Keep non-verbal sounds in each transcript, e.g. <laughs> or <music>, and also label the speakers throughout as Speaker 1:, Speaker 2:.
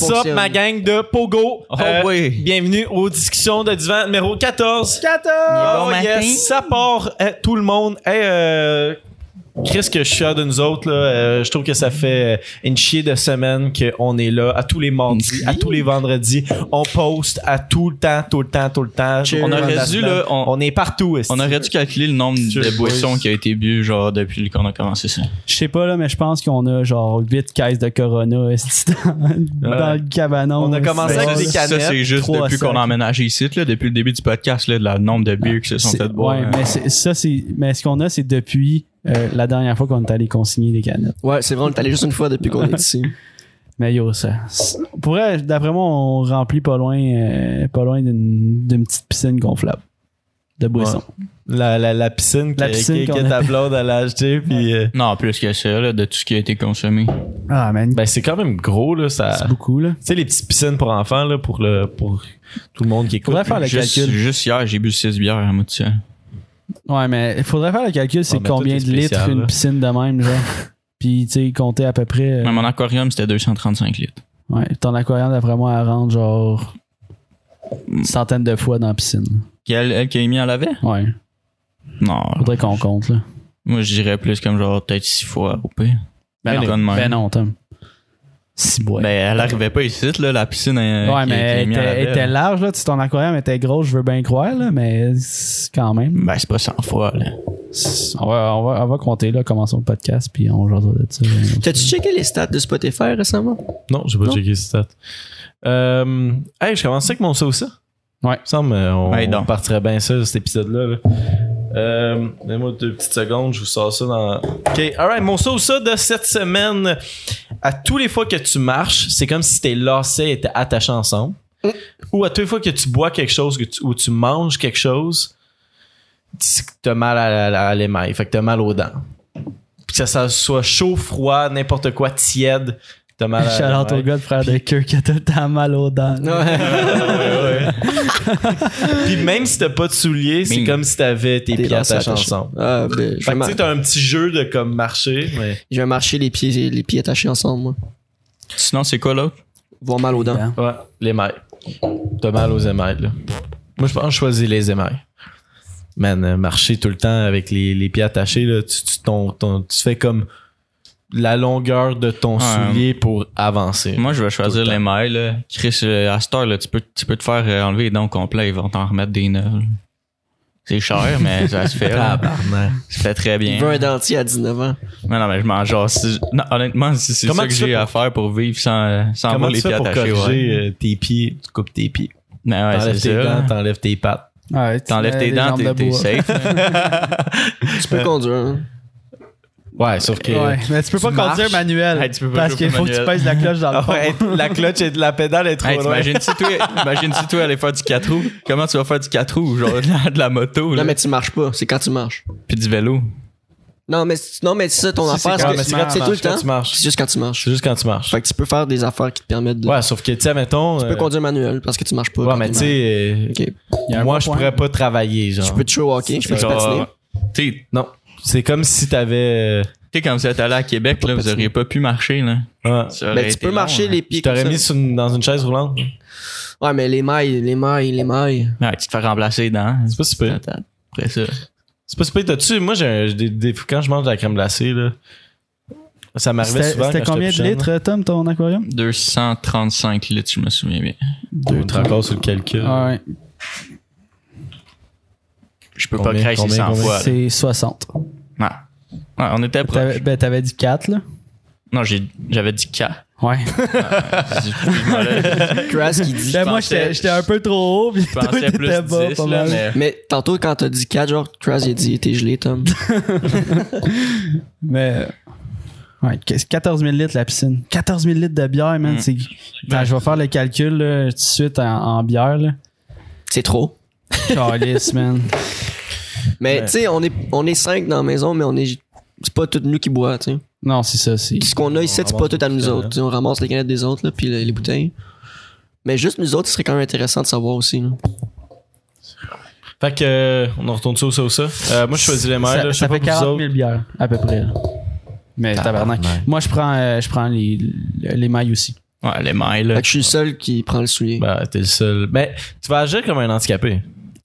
Speaker 1: Sup,
Speaker 2: fonctionne.
Speaker 1: ma gang de Pogo. Euh,
Speaker 3: Oh oui.
Speaker 1: Bienvenue aux discussions de divan numéro 14. 14!
Speaker 2: Bon matin.
Speaker 1: ça part, eh, tout le monde. Hey, euh, Chris, que je suis fier de nous autres. là. Euh, je trouve que ça fait une chier de semaine qu'on est là à tous les mardis, à tous les vendredis. On poste à tout le temps, tout le temps, tout le temps.
Speaker 2: Cheers.
Speaker 1: Tout le temps de la
Speaker 3: On aurait dû,
Speaker 1: semaine.
Speaker 3: là, on-
Speaker 1: on est partout. esti.
Speaker 3: On aurait dû calculer le nombre de
Speaker 1: Cheers,
Speaker 3: boissons
Speaker 1: boys.
Speaker 3: qui a été bu, genre, depuis qu'on a commencé ça.
Speaker 4: Je sais pas, là, mais je pense qu'on a genre 8 caisses de Corona <laughs> esti, dans, dans le cabanon.
Speaker 1: On a commencé
Speaker 4: esti.
Speaker 1: avec des
Speaker 3: ça,
Speaker 1: canettes,
Speaker 3: c'est juste
Speaker 4: trois
Speaker 3: depuis
Speaker 4: sacs.
Speaker 3: qu'on a emménagé ici, là, depuis le début du podcast, là, de la nombre de bières qui se sont
Speaker 4: C'est-
Speaker 3: faites boire.
Speaker 4: ouais,
Speaker 3: hein.
Speaker 4: mais c'est- ça, c'est. Mais ce qu'on a, c'est depuis euh, la dernière fois qu'on est allé consigner des canettes.
Speaker 2: Ouais, c'est vrai, on est allé juste une fois depuis qu'on est ici.
Speaker 4: Mais yo, ça. c'est- Pour vrai, d'après moi, on remplit pas loin, euh, pas loin d'une d'une petite piscine gonflable de boisson.
Speaker 1: La, la, la piscine,
Speaker 4: La
Speaker 1: que-
Speaker 4: piscine
Speaker 1: que, que
Speaker 4: qu'on a-
Speaker 1: ta blonde elle a acheté. Puis, euh,
Speaker 3: Non, plus que ça, là, de tout ce qui a été consommé.
Speaker 4: Ah, man.
Speaker 1: ben, c'est quand même gros. Là, ça,
Speaker 4: c'est beaucoup, là.
Speaker 1: Tu sais, les petites piscines pour enfants, là, pour, le, pour tout le monde qui écoute.
Speaker 4: Faudrait faire Ah, le
Speaker 3: juste,
Speaker 4: calcul.
Speaker 3: juste hier, j'ai bu 6 bières à moi tout seul.
Speaker 4: Ouais, mais il faudrait faire le calcul, c'est
Speaker 1: Ouais, mais
Speaker 4: combien de
Speaker 1: tout est spécial,
Speaker 4: litres une
Speaker 1: là.
Speaker 4: piscine de même, genre. Puis, tu sais, compter à peu près. euh,
Speaker 3: Mais mon aquarium, c'était 235 litres.
Speaker 4: Ouais, ton aquarium, d'après moi, elle rentre genre une centaine de fois dans la piscine.
Speaker 3: Elle, elle qui a mis en lavait?
Speaker 4: Ouais,
Speaker 3: Non.
Speaker 4: faudrait qu'on compte, là.
Speaker 3: Moi, je dirais plus comme genre peut-être 6 fois au pire. Elle
Speaker 4: Ben
Speaker 3: est
Speaker 4: non,
Speaker 3: bonne même.
Speaker 4: ben non, Tom. Si, boy.
Speaker 3: Mais elle arrivait pas ici, là, la piscine. Ben, euh,
Speaker 4: ouais,
Speaker 3: qui-
Speaker 4: mais
Speaker 3: qui a
Speaker 4: elle
Speaker 3: mis en
Speaker 4: était,
Speaker 3: lavait,
Speaker 4: elle était
Speaker 3: là.
Speaker 4: large, là. Tu sais, Ton aquarium était gros, je veux bien croire, là, mais c'est quand même.
Speaker 3: Ben, c'est pas 100 fois, là.
Speaker 4: C'est- On va, on, va, on va compter, là, commençons le podcast, puis on jasera de ça.
Speaker 2: <laughs>
Speaker 4: <laughs>
Speaker 2: T'as-tu checké les stats de Spotify récemment?
Speaker 1: Non, j'ai pas
Speaker 2: Non.
Speaker 1: checké ces stats. Euh, hey, je commençais avec mon ça ou ça.
Speaker 4: Ouais. Ben,
Speaker 1: Il me semble euh, on,
Speaker 3: Ouais, donc.
Speaker 1: on partirait bien ça, cet épisode-là. là. Euh, Donnez-moi deux petites secondes, je vous sors ça dans. Ok, alright, mon ça ou ça de cette semaine. À tous les fois que tu marches, c'est comme si tes lacets étaient attachés ensemble. Ou à toutes les fois que tu bois quelque chose que tu- ou tu manges quelque chose, tu- t'as mal à, la- à l'émail, fait que t'as mal aux dents. Puis que ça soit chaud, froid, n'importe quoi, tiède, t'as mal à
Speaker 4: Shout-out au
Speaker 1: l'émail.
Speaker 4: gars, le frère de Kirk, qui a tout le temps mal aux
Speaker 2: <laughs>
Speaker 4: dents.
Speaker 1: <laughs> Puis même si t'as pas de souliers, c'est
Speaker 3: Bing.
Speaker 1: comme si t'avais tes
Speaker 2: Des
Speaker 1: pieds
Speaker 2: lacets
Speaker 1: attachés
Speaker 2: attachés.
Speaker 1: ensemble.
Speaker 2: Ah, ben, je
Speaker 1: Fait
Speaker 2: vais,
Speaker 1: que tu
Speaker 2: mar-
Speaker 1: sais, t'as un petit jeu de comme marcher, mais.
Speaker 2: je vais marcher les pieds, les pieds attachés ensemble, moi.
Speaker 3: Sinon, c'est quoi l'autre?
Speaker 2: Voir mal aux dents.
Speaker 1: Ouais, les mailles. T'as mal aux émailles, là. Moi, je pense que je choisis les émailles. Man, euh, marcher tout le temps avec les, les pieds attachés, là, tu, tu, ton- ton- tu fais comme la longueur de ton
Speaker 3: Ouais.
Speaker 1: soulier pour avancer.
Speaker 3: Moi, je vais choisir
Speaker 1: Tout le
Speaker 3: les mailles. là. Chris, euh, à cette heure, là, tu, peux, tu peux te faire euh, enlever les dents au complet. Ils vont t'en remettre des neufs. là. C'est cher, mais ça se fait. là.
Speaker 1: Tabarnak.
Speaker 3: Ça se fait très bien.
Speaker 2: Il veut un dentier à 19 ans.
Speaker 3: Non, non, mais je m'en genre. si- non, honnêtement, si c'est
Speaker 1: Comment
Speaker 3: ça que
Speaker 1: tu fais
Speaker 3: j'ai
Speaker 1: pour-
Speaker 3: à faire pour vivre sans, euh, sans
Speaker 1: Comment
Speaker 3: avoir
Speaker 1: tu
Speaker 3: les pieds
Speaker 1: fais pour
Speaker 3: attachés,
Speaker 1: corriger
Speaker 3: ouais.
Speaker 1: euh, tes pieds? Tu coupes tes pieds.
Speaker 3: Mais ouais, c'est
Speaker 1: t'enlèves tes
Speaker 3: ça.
Speaker 1: dents,
Speaker 3: là.
Speaker 1: t'enlèves tes pattes.
Speaker 4: Ouais, tu
Speaker 3: T'enlèves
Speaker 4: mets
Speaker 3: tes
Speaker 4: des
Speaker 3: dents,
Speaker 4: jambes
Speaker 3: t'es
Speaker 4: de
Speaker 3: t'es
Speaker 1: <laughs>
Speaker 4: bois.
Speaker 3: safe. là.
Speaker 2: Tu
Speaker 1: Euh,
Speaker 2: peux conduire, hein?
Speaker 1: Ouais, sauf que.
Speaker 4: Ouais, mais tu peux pas
Speaker 1: marches.
Speaker 4: conduire manuel.
Speaker 3: Ouais, tu peux pas
Speaker 4: parce
Speaker 3: jouer
Speaker 4: qu'il faut que tu
Speaker 3: manuel.
Speaker 4: pèses la cloche <laughs> dans
Speaker 1: <laughs>
Speaker 4: le
Speaker 1: Ah
Speaker 4: fond.
Speaker 1: ouais, la cloche et de la pédale est trop
Speaker 3: Hey,
Speaker 1: loin.
Speaker 3: T'imagines si toi, imagine si toi allais faire du 4 roues. Comment tu vas faire du 4 roues? Genre de la, de la moto, là,
Speaker 2: Non, mais tu marches pas, c'est quand tu marches.
Speaker 3: puis du vélo.
Speaker 2: Non, mais, c'est- non, mais c'est ça ton
Speaker 4: Si, c'est
Speaker 2: affaire, c'est
Speaker 4: quand-
Speaker 1: mais
Speaker 2: que
Speaker 1: c'est
Speaker 2: c'est
Speaker 1: quand tu
Speaker 2: tout le
Speaker 1: marches, quand
Speaker 2: temps.
Speaker 1: tu marches.
Speaker 2: C'est juste quand tu marches.
Speaker 1: C'est juste quand tu marches.
Speaker 2: Fait que tu peux faire des affaires qui te permettent de.
Speaker 1: Ouais, sauf que, tu sais, mettons.
Speaker 2: Tu peux conduire manuel parce que tu marches pas.
Speaker 1: Ouais,
Speaker 2: quand
Speaker 1: mais
Speaker 2: tu
Speaker 1: tu sais,
Speaker 2: marches. Ok.
Speaker 4: Il y a
Speaker 1: euh,
Speaker 4: un
Speaker 1: moi,
Speaker 4: bon
Speaker 1: je
Speaker 4: point.
Speaker 1: pourrais pas travailler, genre.
Speaker 2: Je peux te jouer au hockey, je peux te patiner.
Speaker 3: Genre, T'es
Speaker 1: Non. C'est comme si t'avais. euh,
Speaker 3: t'es comme si t'étais allé à Québec, là, vous auriez pas pu marcher, là.
Speaker 1: euh, ouais.
Speaker 3: Ça aurait
Speaker 2: Ben, tu
Speaker 3: été
Speaker 2: peux
Speaker 3: long,
Speaker 2: marcher
Speaker 3: hein.
Speaker 2: les
Speaker 1: Je
Speaker 2: pieds
Speaker 1: t'aurais
Speaker 2: comme
Speaker 1: mis
Speaker 2: ça.
Speaker 1: sur une- dans une chaise roulante.
Speaker 2: Ouais, mais les mailles, les mailles, les mailles.
Speaker 3: Ouais, tu te fais remplacer dans.
Speaker 1: C'est pas super.
Speaker 3: Après ça.
Speaker 1: C'est pas super. T'as-tu. Moi, j'ai un- des, des- quand je mange de la crème glacée, là. Ça m'arrivait
Speaker 4: C'était
Speaker 1: souvent.
Speaker 4: c'était
Speaker 1: quand
Speaker 4: combien de
Speaker 1: j'étais plus jeune.
Speaker 4: litres, Tom, ton aquarium
Speaker 3: 235 litres, je me souviens bien.
Speaker 1: On est encore sur le calcul.
Speaker 4: Ah Ouais,
Speaker 3: Je peux
Speaker 1: Combien,
Speaker 3: pas cracher
Speaker 1: combien,
Speaker 3: 100
Speaker 1: combien?
Speaker 3: fois. là.
Speaker 4: c'est 60.
Speaker 3: Non. Ouais, on était
Speaker 4: T'avais
Speaker 3: proche.
Speaker 4: ben, t'avais dit 4, là
Speaker 3: Non, j'ai- j'avais dit K.
Speaker 4: Ouais.
Speaker 2: Crass qui <laughs> dit.
Speaker 4: <laughs> Ben, moi,
Speaker 3: pensais-
Speaker 4: j'étais j'étais un peu trop haut, puis
Speaker 3: Je pensais
Speaker 4: toi,
Speaker 3: plus
Speaker 4: t'étais bas,
Speaker 3: 10,
Speaker 4: pas
Speaker 3: là,
Speaker 4: mal.
Speaker 3: mais.
Speaker 2: Mais tantôt, quand t'as dit 4, genre, Crass, il a dit, t'es gelé, Tom.
Speaker 4: Mais. Ouais, qu'est-ce- 14 000 litres la piscine. 14 000 litres de bière, man.
Speaker 3: Mm.
Speaker 4: c'est- Attends, je vais faire le calcul là, tout de suite en, en bière. Là.
Speaker 2: C'est trop.
Speaker 4: Calice, man.
Speaker 2: Mais, tu sais, on est, on est 5 dans la maison, mais on est. C'est pas tout nous qui boit, tu sais.
Speaker 4: Non, c'est ça. C'est
Speaker 2: Ce qu'on a ici, c'est pas tout à nous
Speaker 1: hein.
Speaker 2: autres. tu sais, On ramasse les canettes des autres, là, puis les, les bouteilles. Mais juste nous autres, ce serait quand même intéressant de savoir aussi. là.
Speaker 1: Fait que. euh, on en retourne ça ou ça ou ça. Euh, moi, je choisis les mailles,
Speaker 4: ça,
Speaker 1: là. Je
Speaker 4: ça
Speaker 1: sais pas
Speaker 4: fait
Speaker 1: pour vous autres.
Speaker 4: 40 000 bières, à peu près. là. Mais tabarnak. Moi, je prends, euh, je prends les, les mailles aussi.
Speaker 3: Ouais, les mailles, là.
Speaker 2: Fait que je suis le seul qui prend le soulier.
Speaker 1: Bah, t'es le seul. Mais tu vas agir comme un handicapé.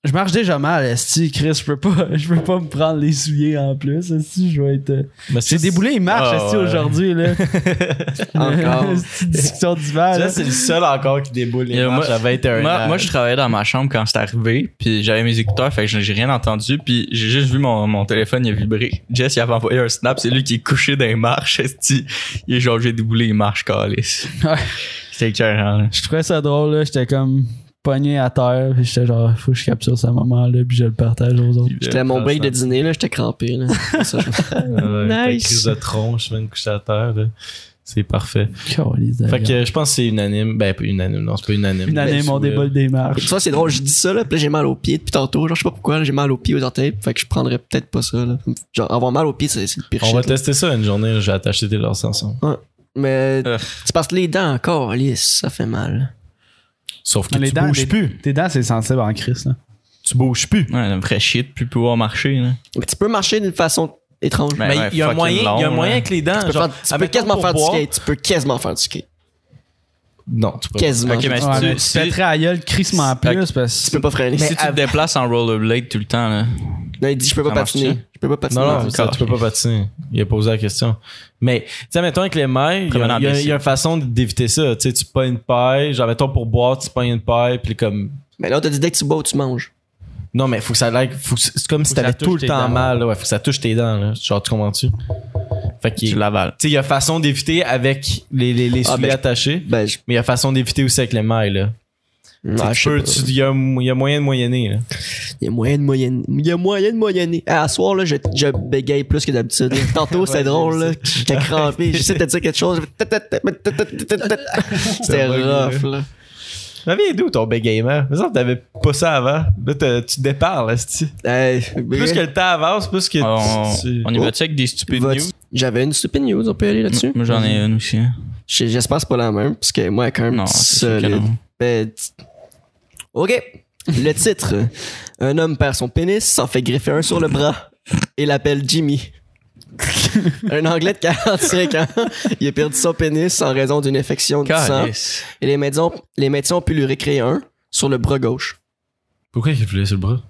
Speaker 4: Je marche déjà mal, esti, Chris, je peux pas, <laughs> je peux pas me prendre les souliers en plus, esti, je vais être... euh,
Speaker 1: Mais
Speaker 4: J'ai
Speaker 1: ça,
Speaker 4: déboulé, il marche,
Speaker 1: Ah,
Speaker 4: esti,
Speaker 1: ouais. <laughs>
Speaker 4: aujourd'hui, là.
Speaker 2: Encore.
Speaker 4: <laughs> Esti, discussion d'hiver,
Speaker 1: Tu
Speaker 4: là.
Speaker 1: sais, c'est le seul encore qui déboule les
Speaker 3: Euh,
Speaker 1: marches
Speaker 3: moi-
Speaker 1: à 21
Speaker 3: Moi,
Speaker 1: ans.
Speaker 3: moi, je travaillais dans ma chambre quand c'est arrivé, puis j'avais mes écouteurs, fait que j'ai j'ai rien entendu, puis j'ai juste vu mon, mon téléphone, il a vibré. Jess, il avait envoyé un snap, c'est lui qui est couché dans les marches, <laughs> esti. Il est genre, j'ai déboulé les marches, calice.
Speaker 4: Ouais.
Speaker 3: C'était écœurant, là.
Speaker 4: Je trouvais ça drôle, là, j'étais comme pogné à terre, puis j'étais genre, faut que je capture ce moment-là, puis je le partage
Speaker 1: <laughs>
Speaker 4: aux autres.
Speaker 2: J'étais à mon break de dîner, là, j'étais crampé. Là. C'est ça.
Speaker 1: Ouais,
Speaker 4: Nice.
Speaker 1: t'as crise de tronche, même couché à terre. là. C'est parfait.
Speaker 4: Caliste,
Speaker 1: Fait que ben, euh, je pense que c'est unanime. Ben, pas unanime, non, c'est pas unanime.
Speaker 4: Une année,
Speaker 1: Mais
Speaker 4: mon
Speaker 1: sous le-
Speaker 4: débat des marches.
Speaker 2: Tu vois, c'est drôle, je dis ça, là, puis là, j'ai mal aux pieds depuis tantôt. Genre, je sais pas pourquoi, là, j'ai mal aux pieds aux orteils, fait que je prendrais peut-être pas ça. Là. Genre, avoir mal aux pieds, c'est c'est le pire
Speaker 1: On
Speaker 2: shit,
Speaker 1: va
Speaker 2: là.
Speaker 1: tester ça une journée. J'ai attaché tes leurs ensemble.
Speaker 2: Mais
Speaker 3: Euh.
Speaker 2: c'est parce que les dents encore, lisse, ça fait mal.
Speaker 1: Sauf que
Speaker 4: Les
Speaker 1: tu
Speaker 4: dents,
Speaker 1: bouges
Speaker 4: les-
Speaker 1: plus.
Speaker 4: Tes dents, c'est sensible en crise, là.
Speaker 1: Tu bouges plus.
Speaker 3: Ouais, ça me ferait chier de plus pouvoir marcher, là.
Speaker 2: Mais tu peux marcher d'une façon étrange.
Speaker 3: Ben,
Speaker 1: Mais
Speaker 3: ouais,
Speaker 1: il y a un
Speaker 3: fucking
Speaker 1: moyen, il y a un
Speaker 3: long,
Speaker 1: moyen
Speaker 3: là.
Speaker 1: avec les dents.
Speaker 2: tu peux,
Speaker 1: genre,
Speaker 2: faire- tu peux
Speaker 1: admettons
Speaker 2: quasiment
Speaker 1: pour
Speaker 2: faire du
Speaker 1: boire-
Speaker 2: skate. Tu peux quasiment faire du skate.
Speaker 1: Non, tu peux pas.
Speaker 2: Quasiment.
Speaker 3: Ok, mais
Speaker 4: Ouais,
Speaker 3: tu-
Speaker 4: mais tu
Speaker 3: si-
Speaker 4: te pèterais à gueule crissement en
Speaker 3: Fait
Speaker 4: plus, parce
Speaker 2: Tu
Speaker 4: que
Speaker 2: peux pas freiner.
Speaker 3: si tu te déplaces en rollerblade tout le temps, là.
Speaker 2: Non, il dit, je peux pas
Speaker 3: Ça marche-tu?
Speaker 2: patiner. Je peux pas patiner.
Speaker 1: Non, non, ça,
Speaker 3: encore.
Speaker 1: tu peux pas patiner. Il a posé la question. Mais, tu sais, mettons avec les mailles, il y, a-
Speaker 3: Prévenant
Speaker 1: il y a-
Speaker 3: blessé.
Speaker 1: il y a une façon d'éviter ça. Tu sais, tu pognes une paille, genre, mettons pour boire, tu pognes une paille, puis comme.
Speaker 2: Mais là, on t'a dit dès que tu bois, tu manges.
Speaker 1: Non, mais faut que ça l'aille- faut que- C'est comme si
Speaker 4: Faut que
Speaker 1: t'avais
Speaker 4: ça touche
Speaker 1: tout le
Speaker 4: tes
Speaker 1: temps
Speaker 4: dents.
Speaker 1: mal, là. Ouais, faut que ça touche tes dents, là. Genre, tu comprends-tu? Fait qu'il-
Speaker 3: Tu
Speaker 1: Tu
Speaker 3: l'avales.
Speaker 1: sais, il y a façon d'éviter avec les, les, les
Speaker 2: Ah,
Speaker 1: souliers
Speaker 2: ben, je-
Speaker 1: attachés,
Speaker 2: Ben, je,
Speaker 1: mais il y a façon d'éviter aussi avec les mailles, là. Tu sais,
Speaker 2: Ah,
Speaker 1: tu
Speaker 2: je sais
Speaker 1: peux-
Speaker 2: pas.
Speaker 1: tu- Il y a, il y a moyen de moyenner, là.
Speaker 2: Il y a moyen de moyenner. Il y a moyen de moyenner. Ah, À soir, là, je, je bégaye plus
Speaker 1: <laughs>
Speaker 2: que d'habitude. Tantôt, c'était
Speaker 1: Ouais,
Speaker 2: drôle,
Speaker 1: je
Speaker 2: là. J'étais
Speaker 1: <laughs>
Speaker 2: crampé. J'essaie de te dire quelque chose. C'était
Speaker 1: Ça bug,
Speaker 2: rough, là.
Speaker 1: Ça vient d'où ton bégayement? Mais ça, t'avais pas ça avant. Là, t'as- tu te déparles, esti.
Speaker 2: Hey,
Speaker 1: Plus que le temps avance, plus que. tu-
Speaker 3: On,
Speaker 1: tu-
Speaker 3: Oh, on y va-tu avec des stupides
Speaker 2: Vas-tu-
Speaker 3: news? Mm,
Speaker 2: J'avais une stupide news, on peut aller là-dessus?
Speaker 3: Moi, j'en ai une aussi. hein.
Speaker 2: J'ai- J'espère que c'est pas la même, parce que moi, quand même,
Speaker 3: Non, c'est sûr que
Speaker 2: solide.
Speaker 3: non.
Speaker 2: Ben, t- OK. Le titre. Un homme perd son pénis, s'en fait greffer un sur le bras et l'appelle
Speaker 3: <laughs>
Speaker 2: Jimmy. un Anglais de 45 ans, il a perdu son pénis en raison d'une infection du sang
Speaker 3: Calice.
Speaker 2: et les médecins, les médecins ont pu lui récréer un sur le bras gauche.
Speaker 1: Pourquoi il voulait sur le bras?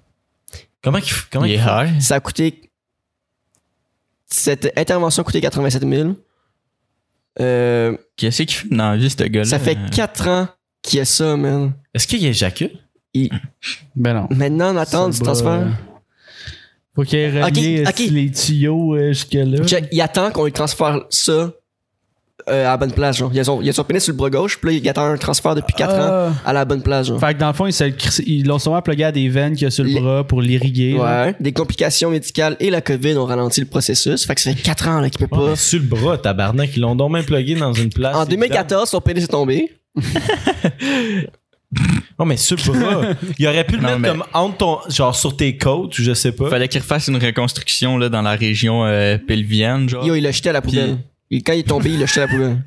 Speaker 1: Comment qu'il f- comment
Speaker 3: Il est
Speaker 1: qu'il fait?
Speaker 3: high.
Speaker 2: Ça a coûté... Cette intervention a coûté 87 000. Euh,
Speaker 3: Qu'est-ce qu'il fait dans la vie, ce gars-là?
Speaker 2: ça fait
Speaker 3: Euh,
Speaker 2: 4 ans qu'il y a ça, man.
Speaker 1: Est-ce qu'il éjacule?
Speaker 4: Ben non.
Speaker 2: Maintenant, on attend du
Speaker 4: Ça hein. va-
Speaker 2: transfert.
Speaker 4: Faut qu'il ait relié
Speaker 2: Ok, ok.
Speaker 4: esti, les tuyaux euh, jusque-là.
Speaker 2: Check, il attend qu'on lui transfère ça euh, à la bonne place, genre. Il a, son, il a son pénis sur le bras gauche, puis là, il attend un transfert depuis 4 ans
Speaker 4: Ah.
Speaker 2: à la bonne place, genre.
Speaker 4: Fait que dans le fond, ils se le crissent- ils l'ont sûrement plugué à des veines qu'il y a sur le
Speaker 2: Les-
Speaker 4: bras pour l'irriguer. là.
Speaker 2: Ouais. Des complications médicales et la COVID ont ralenti le processus. Fait que ça fait 4 ans là, qu'il peut
Speaker 1: Ouais,
Speaker 2: pas.
Speaker 1: mais Sur le bras, tabarnak. Ils l'ont donc même plugué dans une place.
Speaker 2: En
Speaker 1: c'est évident.
Speaker 2: 2014, son pénis est tombé.
Speaker 1: Non, mais sur le
Speaker 2: <laughs>
Speaker 1: bras. il aurait pu le
Speaker 3: Non,
Speaker 1: mettre
Speaker 3: mais-
Speaker 1: comme entre ton. Genre sur tes côtes, ou je sais pas.
Speaker 3: Euh, Fallait qu'il refasse une reconstruction là, dans la région euh, pelvienne, genre.
Speaker 2: Yo, il l'a jeté à la poubelle. Il- quand il est tombé, il l'a jeté à la poubelle.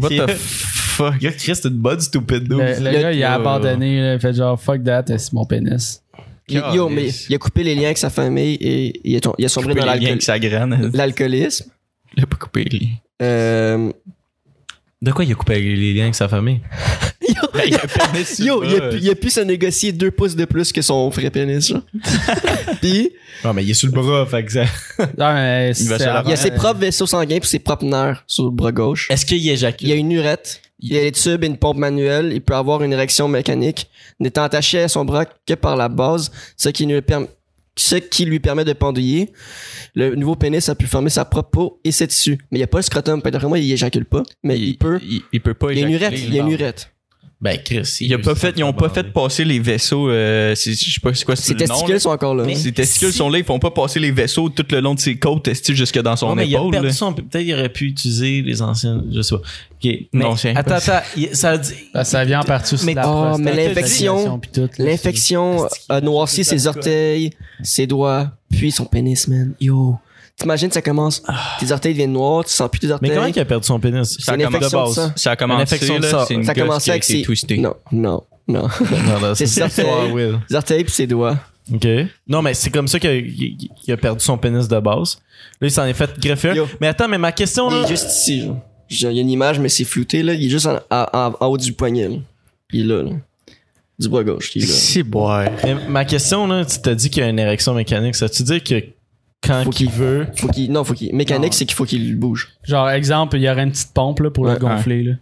Speaker 3: What
Speaker 1: Puis-
Speaker 2: <laughs>
Speaker 3: the fuck?
Speaker 1: Regarde, Chris, t'es une bonne stupide douce.
Speaker 4: Le, le
Speaker 2: Le-
Speaker 4: gars, il a
Speaker 3: le-
Speaker 4: abandonné, là, il fait genre fuck that, c'est mon <laughs> pénis.
Speaker 2: Il- yo, mais il a coupé les liens avec sa famille et il, est tom- il a sombré
Speaker 3: Couper
Speaker 2: dans
Speaker 3: les liens
Speaker 2: l'alcool-
Speaker 3: avec sa graine.
Speaker 2: l'alcoolisme.
Speaker 3: Il a pas coupé les <laughs> liens.
Speaker 2: Euh,
Speaker 1: De quoi il a coupé les liens avec sa famille?
Speaker 2: yo,
Speaker 1: Ben,
Speaker 3: Il a perdu sur
Speaker 2: yo,
Speaker 3: le
Speaker 2: il, a
Speaker 3: bras.
Speaker 2: pu, il a pu se négocier deux pouces de plus que son vrai pénis,
Speaker 3: <laughs>
Speaker 2: genre. Puis,
Speaker 1: Non, mais il est sur le bras, fait que ça.
Speaker 4: Non, Ah, mais c'est-
Speaker 3: va se la-
Speaker 2: Il y a ses
Speaker 4: euh,
Speaker 2: propres vaisseaux sanguins puis ses propres nerfs sur le bras gauche.
Speaker 1: <laughs> Est-ce qu'il
Speaker 2: Il y
Speaker 1: éjacule?
Speaker 2: a une urette, il y a les tubes et une pompe manuelle. Il peut avoir une érection mécanique, n'étant attaché à son bras que par la base, ce qui lui, perm- ce qui lui permet de pendouiller. Le nouveau pénis a pu former sa propre peau et ses tissus. Mais il n'y a pas le scrotum. Fait que D'après moi, il éjacule pas, mais il, peut.
Speaker 3: Il, il peut pas
Speaker 2: Il y a une
Speaker 3: éjaculer,
Speaker 2: urette. Il y a une
Speaker 3: non.
Speaker 2: urette.
Speaker 1: Ben, Chris,
Speaker 3: Il a pas fait, ils ont pas fait passer les vaisseaux. euh, c'est- je sais pas c'est quoi c'est
Speaker 2: Ses
Speaker 3: le nom,
Speaker 2: testicules
Speaker 3: là.
Speaker 2: sont encore là.
Speaker 3: Ses testicules
Speaker 1: Si-
Speaker 3: sont là, ils font pas passer les vaisseaux tout le long de ses côtes, testicules jusque dans son
Speaker 1: Ouais, mais il a
Speaker 3: épaule.
Speaker 1: perdu
Speaker 3: là.
Speaker 1: son. Peut-être il aurait pu utiliser les anciennes. Je sais pas. Ok. mais
Speaker 3: Non, c'est
Speaker 1: Attends,
Speaker 3: impossible. Ah,
Speaker 1: attends. il- Ça dit.
Speaker 4: ben, ça vient en partie sur
Speaker 1: Mais-
Speaker 4: la
Speaker 2: oh,
Speaker 4: prostate,
Speaker 2: mais
Speaker 4: la
Speaker 2: l'infection-
Speaker 4: circulation, puis tout, là,
Speaker 2: L'infection a noirci ses orteils, ses doigts, puis son pénis, man. Yo. T'imagines, ça commence. Tes orteils deviennent noirs, tu sens plus tes orteils.
Speaker 1: Mais comment il a perdu son pénis?
Speaker 2: C'est une infection de sang.
Speaker 3: Ça a commencé,
Speaker 1: infection de
Speaker 3: là,
Speaker 1: sang.
Speaker 3: c'est une
Speaker 2: Ça a
Speaker 3: gosse
Speaker 2: commencé
Speaker 3: qui a
Speaker 2: avec
Speaker 3: été
Speaker 2: ses-
Speaker 3: twistée.
Speaker 2: Non, non, non. <laughs>
Speaker 1: <laughs>
Speaker 2: C'est ça, c'est-
Speaker 1: Will.
Speaker 2: Les orteils puis ses doigts.
Speaker 1: OK. Non, mais c'est comme ça qu'il a, qu'il- qu'il a perdu son pénis de base. Là, il s'en est fait greffer. un.
Speaker 2: Yo.
Speaker 1: Mais attends, mais ma question,
Speaker 2: Il
Speaker 1: là.
Speaker 2: est juste ici, genre. Genre, Il y a une image, mais c'est flouté, là. Il est juste en, en- en haut du poignet, là. Il est là, là. Du bras gauche, il est là.
Speaker 3: C'est boire.
Speaker 1: Mais ma question, là, tu t'as dit qu'il y a une érection mécanique. Ça veut dire que quand
Speaker 2: Faut
Speaker 1: qu'il veut.
Speaker 2: Faut qu'il, non, faut qu'il, mécanique,
Speaker 4: Non.
Speaker 2: c'est qu'il faut qu'il bouge.
Speaker 4: Genre, exemple, il y aurait une petite pompe là, pour
Speaker 2: Ouais,
Speaker 4: le gonfler. Là.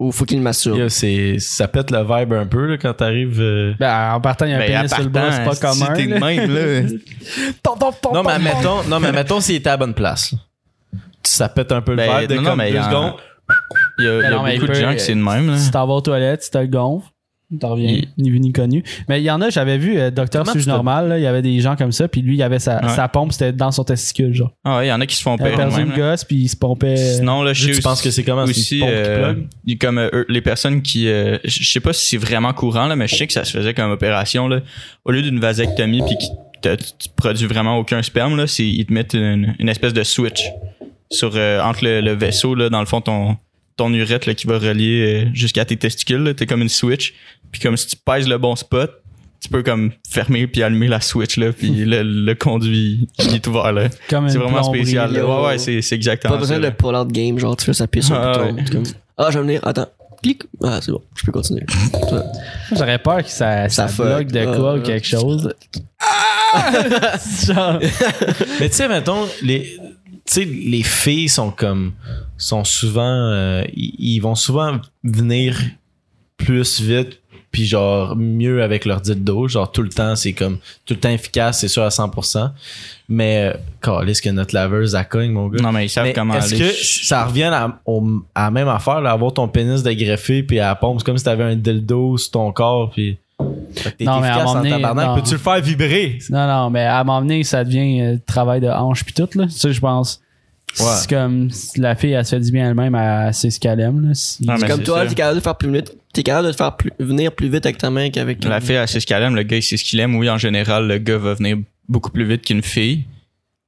Speaker 2: Ou faut qu'il masturbe.
Speaker 1: Yo, c'est- ça pète le vibe un peu là, quand t'arrives. euh,
Speaker 4: Ben, en partant, il y a un
Speaker 3: Ben, à
Speaker 4: pénis sur le bras, c'est
Speaker 3: partant,
Speaker 4: pas
Speaker 3: si
Speaker 4: commun.
Speaker 3: t'es de
Speaker 4: là.
Speaker 3: même, là.
Speaker 1: Non, mais admettons, non, mais admettons s'il était à la bonne place. Ça pète un peu le
Speaker 3: Ben,
Speaker 1: vibe de
Speaker 3: non, non,
Speaker 1: comme
Speaker 3: mais
Speaker 1: deux
Speaker 3: en-
Speaker 1: secondes.
Speaker 3: Il y a, il y a
Speaker 4: non, mais il
Speaker 3: beaucoup de
Speaker 4: peut,
Speaker 3: gens
Speaker 4: euh,
Speaker 3: qui c'est de même, là.
Speaker 4: Si t'en vas aux toilettes, tu te le gonfles, t'en reviens,
Speaker 3: Il-
Speaker 4: ni vu ni connu. Mais il y en a, j'avais vu euh, Docteur
Speaker 1: Comment
Speaker 4: Suge
Speaker 1: tu te-
Speaker 4: Normal, là, il y avait des gens comme ça, puis lui, il avait sa,
Speaker 3: Ouais.
Speaker 4: sa pompe, c'était dans son testicule, genre.
Speaker 3: Ah ouais, il y en a qui se font
Speaker 4: Il avait
Speaker 3: perdre de
Speaker 4: perdu
Speaker 3: même.
Speaker 4: le euh,
Speaker 3: là.
Speaker 4: gosse, puis il se pompait.
Speaker 3: Sinon, là, je sais
Speaker 1: Tu penses que c'est comment c'est une
Speaker 3: aussi
Speaker 1: pompe qui
Speaker 3: euh,
Speaker 1: plug?
Speaker 3: il y a comme euh, eux, les personnes qui euh, je je sais pas si c'est vraiment courant là mais je sais que ça se faisait comme opération là au lieu d'une vasectomie puis qui te- tu produis vraiment aucun sperme là c'est ils te mettent une, une espèce de switch sur euh, entre le, le vaisseau là dans le fond ton ton urètre là, qui va relier euh, jusqu'à tes testicules là, t'es comme une switch puis comme si tu pèses le bon spot tu peux comme fermer puis allumer la switch là puis le, le conduit il est ouvert là
Speaker 4: comme
Speaker 3: c'est
Speaker 4: une
Speaker 3: vraiment
Speaker 4: plomberie,
Speaker 3: spécial
Speaker 4: là.
Speaker 3: là. ouais ouais c'est c'est exactement
Speaker 2: pas besoin
Speaker 3: ça,
Speaker 2: de
Speaker 3: là.
Speaker 2: pull-out game, genre, tu fais ça appuyer sur le
Speaker 3: Ah,
Speaker 2: bouton.
Speaker 3: ouais.
Speaker 2: t'es comme, ah, je vais venir, attends. Clic. Ah, c'est bon, je peux
Speaker 3: <laughs>
Speaker 2: continuer.
Speaker 4: J'aurais peur que ça,
Speaker 2: Ça
Speaker 4: ça,
Speaker 2: fuck.
Speaker 4: bloque de quoi
Speaker 2: Ah,
Speaker 4: ou
Speaker 3: <laughs>
Speaker 4: quelque chose. Genre,
Speaker 1: Mais tu sais, mettons, les, tu sais, les filles sont comme. sont souvent. euh, ils ils vont souvent venir plus vite, puis genre mieux avec leur dildo. Genre tout le temps, c'est comme. tout le temps efficace, c'est sûr à 100%. Mais, est-ce que notre laveuse, elle cogne, mon gars.
Speaker 3: non mais ils savent
Speaker 1: Mais
Speaker 3: comment
Speaker 1: Est-ce
Speaker 3: aller
Speaker 1: que ça revient à, au- à la même affaire, là, avoir ton pénis dégreffé puis à la pompe? C'est comme si t'avais un dildo sur ton corps, puis. Fait que T'es
Speaker 4: Non, mais
Speaker 1: efficace
Speaker 4: à un moment
Speaker 1: en
Speaker 4: donné,
Speaker 1: tabarnak.
Speaker 4: non.
Speaker 1: Peux-tu le faire vibrer?
Speaker 4: non, non, mais à m'emmener, ça devient euh, travail de hanche puis tout, là. Tu sais, je pense. C'est comme si la fille, elle se fait du bien elle-même, elle sait ce qu'elle aime, là. Si-
Speaker 3: Ah,
Speaker 2: C'est
Speaker 3: mais
Speaker 2: comme
Speaker 3: c'est
Speaker 2: toi,
Speaker 3: ça.
Speaker 2: t'es capable de faire plus vite, t'es capable de te faire plus- venir plus vite avec ta main qu'avec
Speaker 3: La fille, elle sait ce qu'elle aime, le gars, il sait ce qu'il aime. Oui, en général, le gars va venir beaucoup plus vite qu'une fille.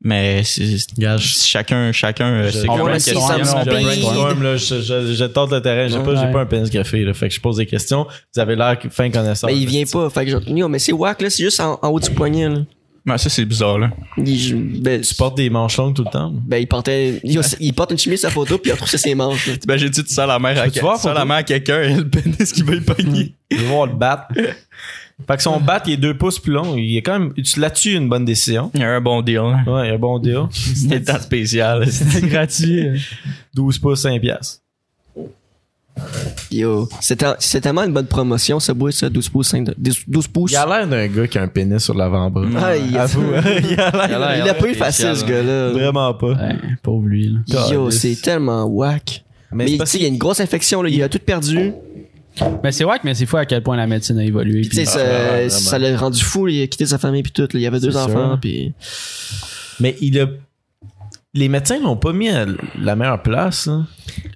Speaker 3: Mais c'est-
Speaker 1: Gage.
Speaker 3: chacun, chacun euh,
Speaker 1: Je-
Speaker 3: c'est
Speaker 1: On
Speaker 3: quoi
Speaker 2: va
Speaker 3: la
Speaker 2: essayer
Speaker 3: question.
Speaker 2: ça,
Speaker 3: là.
Speaker 2: mais on
Speaker 3: Ouais.
Speaker 2: paye.
Speaker 1: brainstorm, là, je, je, je tente le terrain. J'ai pas, j'ai
Speaker 4: Ouais.
Speaker 1: pas un pénis graffé, là, fait que je pose des questions. Vous avez l'air que- fin connaisseur.
Speaker 2: Mais il vient pas, fait que genre, yo, mais c'est whack, là, c'est juste en, en haut du poignet, là.
Speaker 3: Mais ça, c'est bizarre, là.
Speaker 2: Il, je- ben,
Speaker 1: Tu portes des manches longues tout le <laughs> temps?
Speaker 2: ben, il portait, il, il porte une chemise à photo puis il a troussé ses manches, là.
Speaker 3: T'imagines-tu, tu sers la main à,
Speaker 1: Peux-tu voir,
Speaker 3: tu sers la
Speaker 1: photo?
Speaker 3: main à quelqu'un <laughs> et le pénis qui va y pogner.
Speaker 1: Je veux voir le bat. Fait que son bat, il est deux pouces plus long. Il est quand même, tu- là-dessus, une bonne décision.
Speaker 3: Il y a un bon deal, hein.
Speaker 1: Ouais, il a un bon <laughs> deal.
Speaker 3: C'était le temps spécial.
Speaker 4: C'était
Speaker 1: <laughs>
Speaker 4: gratuit. euh.
Speaker 1: 12 pouces, 5 piastres.
Speaker 2: Yo, c'est ta- c'est tellement une bonne promotion, ça boit ça, 12 pouces, 5 de- 10 12 pouces.
Speaker 1: Il a l'air d'un gars qui a un pénis sur l'avant-bras.
Speaker 2: Ah, il-
Speaker 1: Avoue, il a l'air
Speaker 2: <laughs> il a pas eu facile, ce gars-là.
Speaker 1: vraiment pas.
Speaker 4: Ouais, pauvre lui, là.
Speaker 2: Yo, c'est tellement whack. Mais,
Speaker 1: c'est
Speaker 2: tu sais, il y a une grosse infection, là, il a tout perdu.
Speaker 4: Mais c'est vrai que mais c'est fou à quel point la médecine a évolué.
Speaker 2: Puis tu sais,
Speaker 4: puis-
Speaker 2: ça-
Speaker 1: vraiment.
Speaker 2: ça l'a rendu fou, il a quitté sa famille puis tout, là, il avait deux
Speaker 1: C'est
Speaker 2: enfants
Speaker 1: sûr.
Speaker 2: puis
Speaker 1: Mais il a. Les médecins l'ont pas mis à la meilleure place. hein.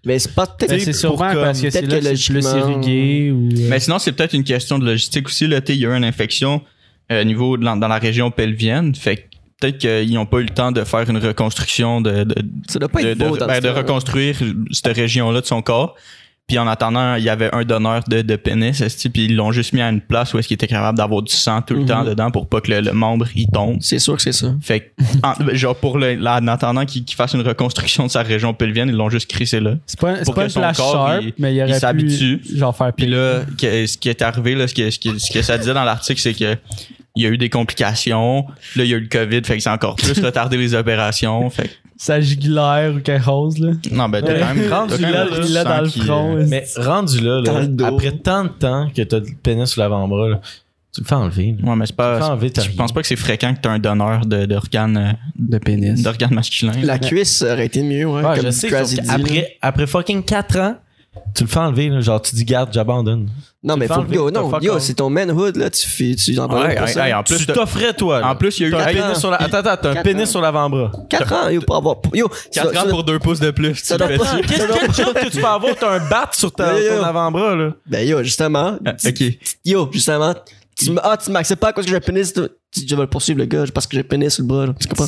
Speaker 2: mais c'est pas peut-être
Speaker 4: Mais Ben, c'est sûrement
Speaker 1: comme-
Speaker 4: parce que c'est
Speaker 2: peut-être
Speaker 4: là
Speaker 2: que
Speaker 4: que c'est plus
Speaker 2: logiquement-
Speaker 4: irrigué ou. euh,
Speaker 3: Mais sinon, c'est peut-être une question de logistique aussi. Là, Tu sais, il y a eu une infection euh, au niveau de la- dans la région pelvienne. Fait que peut-être qu'ils n'ont pas eu le temps de faire une reconstruction, de, de-
Speaker 2: ça doit pas
Speaker 3: de,
Speaker 2: être beau
Speaker 3: de-
Speaker 2: dans
Speaker 3: ben,
Speaker 2: ce
Speaker 3: de
Speaker 2: temps-là.
Speaker 3: reconstruire cette région-là de son corps. Puis en attendant, il y avait un donneur de, de pénis, esti, puis ils l'ont juste mis à une place où est-ce qu'il était capable d'avoir du sang tout le
Speaker 2: Mhm.
Speaker 3: temps dedans pour pas que le, le membre y tombe.
Speaker 2: C'est sûr que c'est ça.
Speaker 3: Fait que, en, <laughs> genre, pour le, là, en attendant qu'il qu'il fasse une reconstruction de sa région pelvienne, ils l'ont juste crissé là.
Speaker 4: C'est pas, c'est
Speaker 3: Pour
Speaker 4: pas
Speaker 3: que
Speaker 4: une
Speaker 3: son
Speaker 4: flash
Speaker 3: corps,
Speaker 4: sharp,
Speaker 3: il-
Speaker 4: mais il
Speaker 3: il
Speaker 4: aurait
Speaker 3: s'habitue.
Speaker 4: pu genre faire
Speaker 2: <laughs>
Speaker 3: Puis
Speaker 4: pire.
Speaker 3: là, que- ce qui est arrivé, là, ce, que, ce, qui- ce que ça disait dans l'article, c'est que il y a eu des complications. Là, il y a eu le COVID, fait que c'est
Speaker 2: <laughs>
Speaker 3: encore plus retardé les opérations. Fait que-
Speaker 4: Sa jugulaire ou quelque chose là.
Speaker 3: non, ben, t'as
Speaker 1: Ouais.
Speaker 3: quand même
Speaker 1: Rendu
Speaker 3: t'as quand
Speaker 1: là,
Speaker 3: même
Speaker 1: là,
Speaker 3: du
Speaker 4: il l'a
Speaker 3: sang
Speaker 4: dans le
Speaker 3: qui,
Speaker 4: front.
Speaker 3: euh,
Speaker 4: est-ce-
Speaker 1: Mais rendu là, là,
Speaker 2: Dans le dos.
Speaker 1: après tant de temps que t'as le pénis sur l'avant-bras, là, tu le fais enlever. là.
Speaker 3: Ouais, mais c'est
Speaker 1: Tu fais
Speaker 3: pas.
Speaker 1: enlever ta
Speaker 3: Je pense pas que c'est fréquent que t'as un donneur de- d'organes euh,
Speaker 4: De pénis.
Speaker 3: d'organes masculins.
Speaker 2: La cuisse aurait été mieux, ouais,
Speaker 1: Ouais,
Speaker 2: comme
Speaker 1: je sais, sauf
Speaker 2: Crazy dit, là.
Speaker 1: après, après fucking 4 ans, tu le fais enlever. là. genre, tu dis, garde, j'abandonne.
Speaker 2: Non,
Speaker 1: tu
Speaker 2: mais
Speaker 1: fais
Speaker 2: faut
Speaker 1: enlever,
Speaker 2: yo,
Speaker 1: t'as
Speaker 2: non,
Speaker 1: fuck
Speaker 2: yo,
Speaker 1: all.
Speaker 2: c'est ton manhood, là, tu fais, tu en parles
Speaker 3: Ouais,
Speaker 2: pour
Speaker 3: ouais,
Speaker 2: ça.
Speaker 3: ouais, en plus,
Speaker 1: tu
Speaker 3: t'as-
Speaker 1: t'offrais, toi. là.
Speaker 3: en plus, il y a eu
Speaker 1: T'as un
Speaker 3: Hey,
Speaker 1: pénis sur la- Attends, attends, t'as un
Speaker 2: Quatre
Speaker 1: pénis
Speaker 2: ans.
Speaker 1: sur l'avant-bras.
Speaker 2: 4 ans, yo, pour avoir, yo,
Speaker 3: Quatre
Speaker 2: ça-
Speaker 3: ans
Speaker 2: ça-
Speaker 3: pour deux pouces de plus.
Speaker 2: ça
Speaker 3: tu
Speaker 2: doit
Speaker 3: fais
Speaker 2: pas-
Speaker 3: ça.
Speaker 1: Ah, Qu'est-ce quel joke que tu peux avoir? T'as un bat sur ta-
Speaker 2: Yeah, yeah.
Speaker 1: ton avant-bras, là.
Speaker 2: Ben, yo, justement,
Speaker 3: Ah,
Speaker 2: tu-
Speaker 3: Ok.
Speaker 2: yo, justement, tu, m- ah, tu m'acceptes pas parce que j'ai un pénis, tu- tu- je vais le poursuivre, le gars, parce que j'ai un pénis sur le bras, là, tu comprends?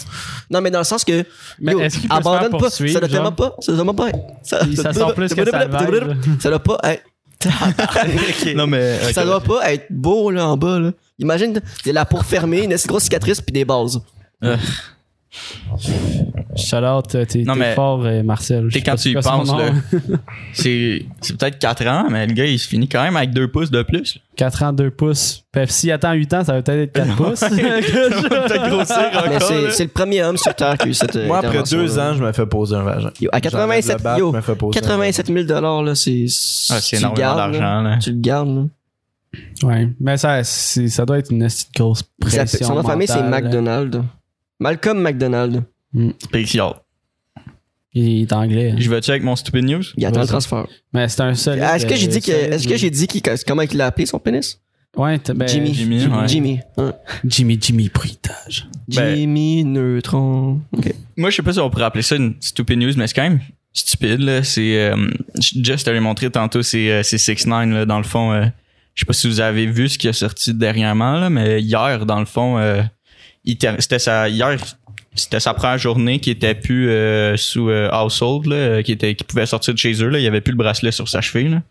Speaker 2: Non, mais dans le sens que,
Speaker 4: Mais
Speaker 2: yo,
Speaker 4: est-ce qu'il peut se faire
Speaker 2: abandonne pas, ça
Speaker 4: poursuivre,
Speaker 2: doit tellement
Speaker 4: genre?
Speaker 2: pas, ça doit tellement pas, ça,
Speaker 4: Il- Ça sent plus que ça le vibe.
Speaker 2: ça doit pas, être-
Speaker 3: <laughs> Non, mais. ok.
Speaker 2: ça doit pas être beau, là, en bas, là. Imagine, t'as la peau fermée, une grosse cicatrice, puis des bases.
Speaker 4: Shout out, t'es
Speaker 3: Non,
Speaker 4: t'es
Speaker 3: mais-
Speaker 4: fort, euh, Marcel.
Speaker 3: Tu sais,
Speaker 4: Je sais
Speaker 3: quand
Speaker 4: pas si
Speaker 3: tu y
Speaker 4: son
Speaker 3: penses,
Speaker 4: nom.
Speaker 3: là, c'est c'est peut-être 4 ans, mais le gars, il se finit quand même avec 2 pouces
Speaker 2: <laughs>
Speaker 3: de plus.
Speaker 4: 4 ans, 2 pouces. Ben, Pef, s'il attend 8 ans, ça va peut-être être 4
Speaker 3: <laughs>
Speaker 4: pouces. <laughs>
Speaker 3: peut-être grossir
Speaker 2: Mais
Speaker 3: encore.
Speaker 2: c'est
Speaker 3: là.
Speaker 2: c'est le premier homme sur Terre qui a eu cette. euh,
Speaker 1: Moi, après
Speaker 2: intervention-là.
Speaker 1: deux ans, je me fais poser un vagin.
Speaker 2: Yo, à
Speaker 1: J'enlève
Speaker 2: 87,
Speaker 1: le bas,
Speaker 2: yo,
Speaker 1: je me fais poser un vagin.
Speaker 2: 87 000 là, c'est.
Speaker 3: Ah,
Speaker 2: tu
Speaker 3: c'est
Speaker 2: le
Speaker 3: énormément
Speaker 2: gardes, là.
Speaker 3: d'argent, là.
Speaker 2: Tu le gardes, là.
Speaker 4: ouais. Mais ça, c'est- ça doit être une petite grosse
Speaker 2: Ça-
Speaker 4: pression.
Speaker 2: Son nom de famille, c'est
Speaker 4: mentale.
Speaker 2: McDonald. Malcolm McDonald.
Speaker 3: Spécial.
Speaker 4: Il est anglais.
Speaker 3: Je vais-tu avec mon stupid news?
Speaker 2: Il attend
Speaker 4: Ouais,
Speaker 2: le
Speaker 4: ça-
Speaker 2: transfert.
Speaker 4: Mais c'est un euh, seul.
Speaker 2: Ah, Est-ce que j'ai
Speaker 3: euh,
Speaker 2: dit que. Est-ce que j'ai dit qui- comment il l'a appelé son pénis?
Speaker 4: Ouais, t'as- ben,
Speaker 2: Jimmy.
Speaker 3: Jimmy, ouais.
Speaker 2: Jimmy. hein.
Speaker 4: Jimmy, Jimmy, bruitage.
Speaker 3: Ben-
Speaker 2: Jimmy Neutron. Ok.
Speaker 3: Moi, je sais pas si on pourrait appeler ça une stupid news, mais c'est quand même stupide. Là. C'est, euh, Jess t'avait montré tantôt, c'est, euh, c'est 6 9 dans le fond. euh, je sais pas si vous avez vu ce qui a sorti dernièrement, là, mais hier, dans le fond, euh, il ter- c'était sa, hier, c'était sa première journée qui était plus euh, sous euh, household, là, euh, qui, était, qui pouvait sortir de chez eux. Là. Il y avait plus le bracelet sur sa cheville. Là.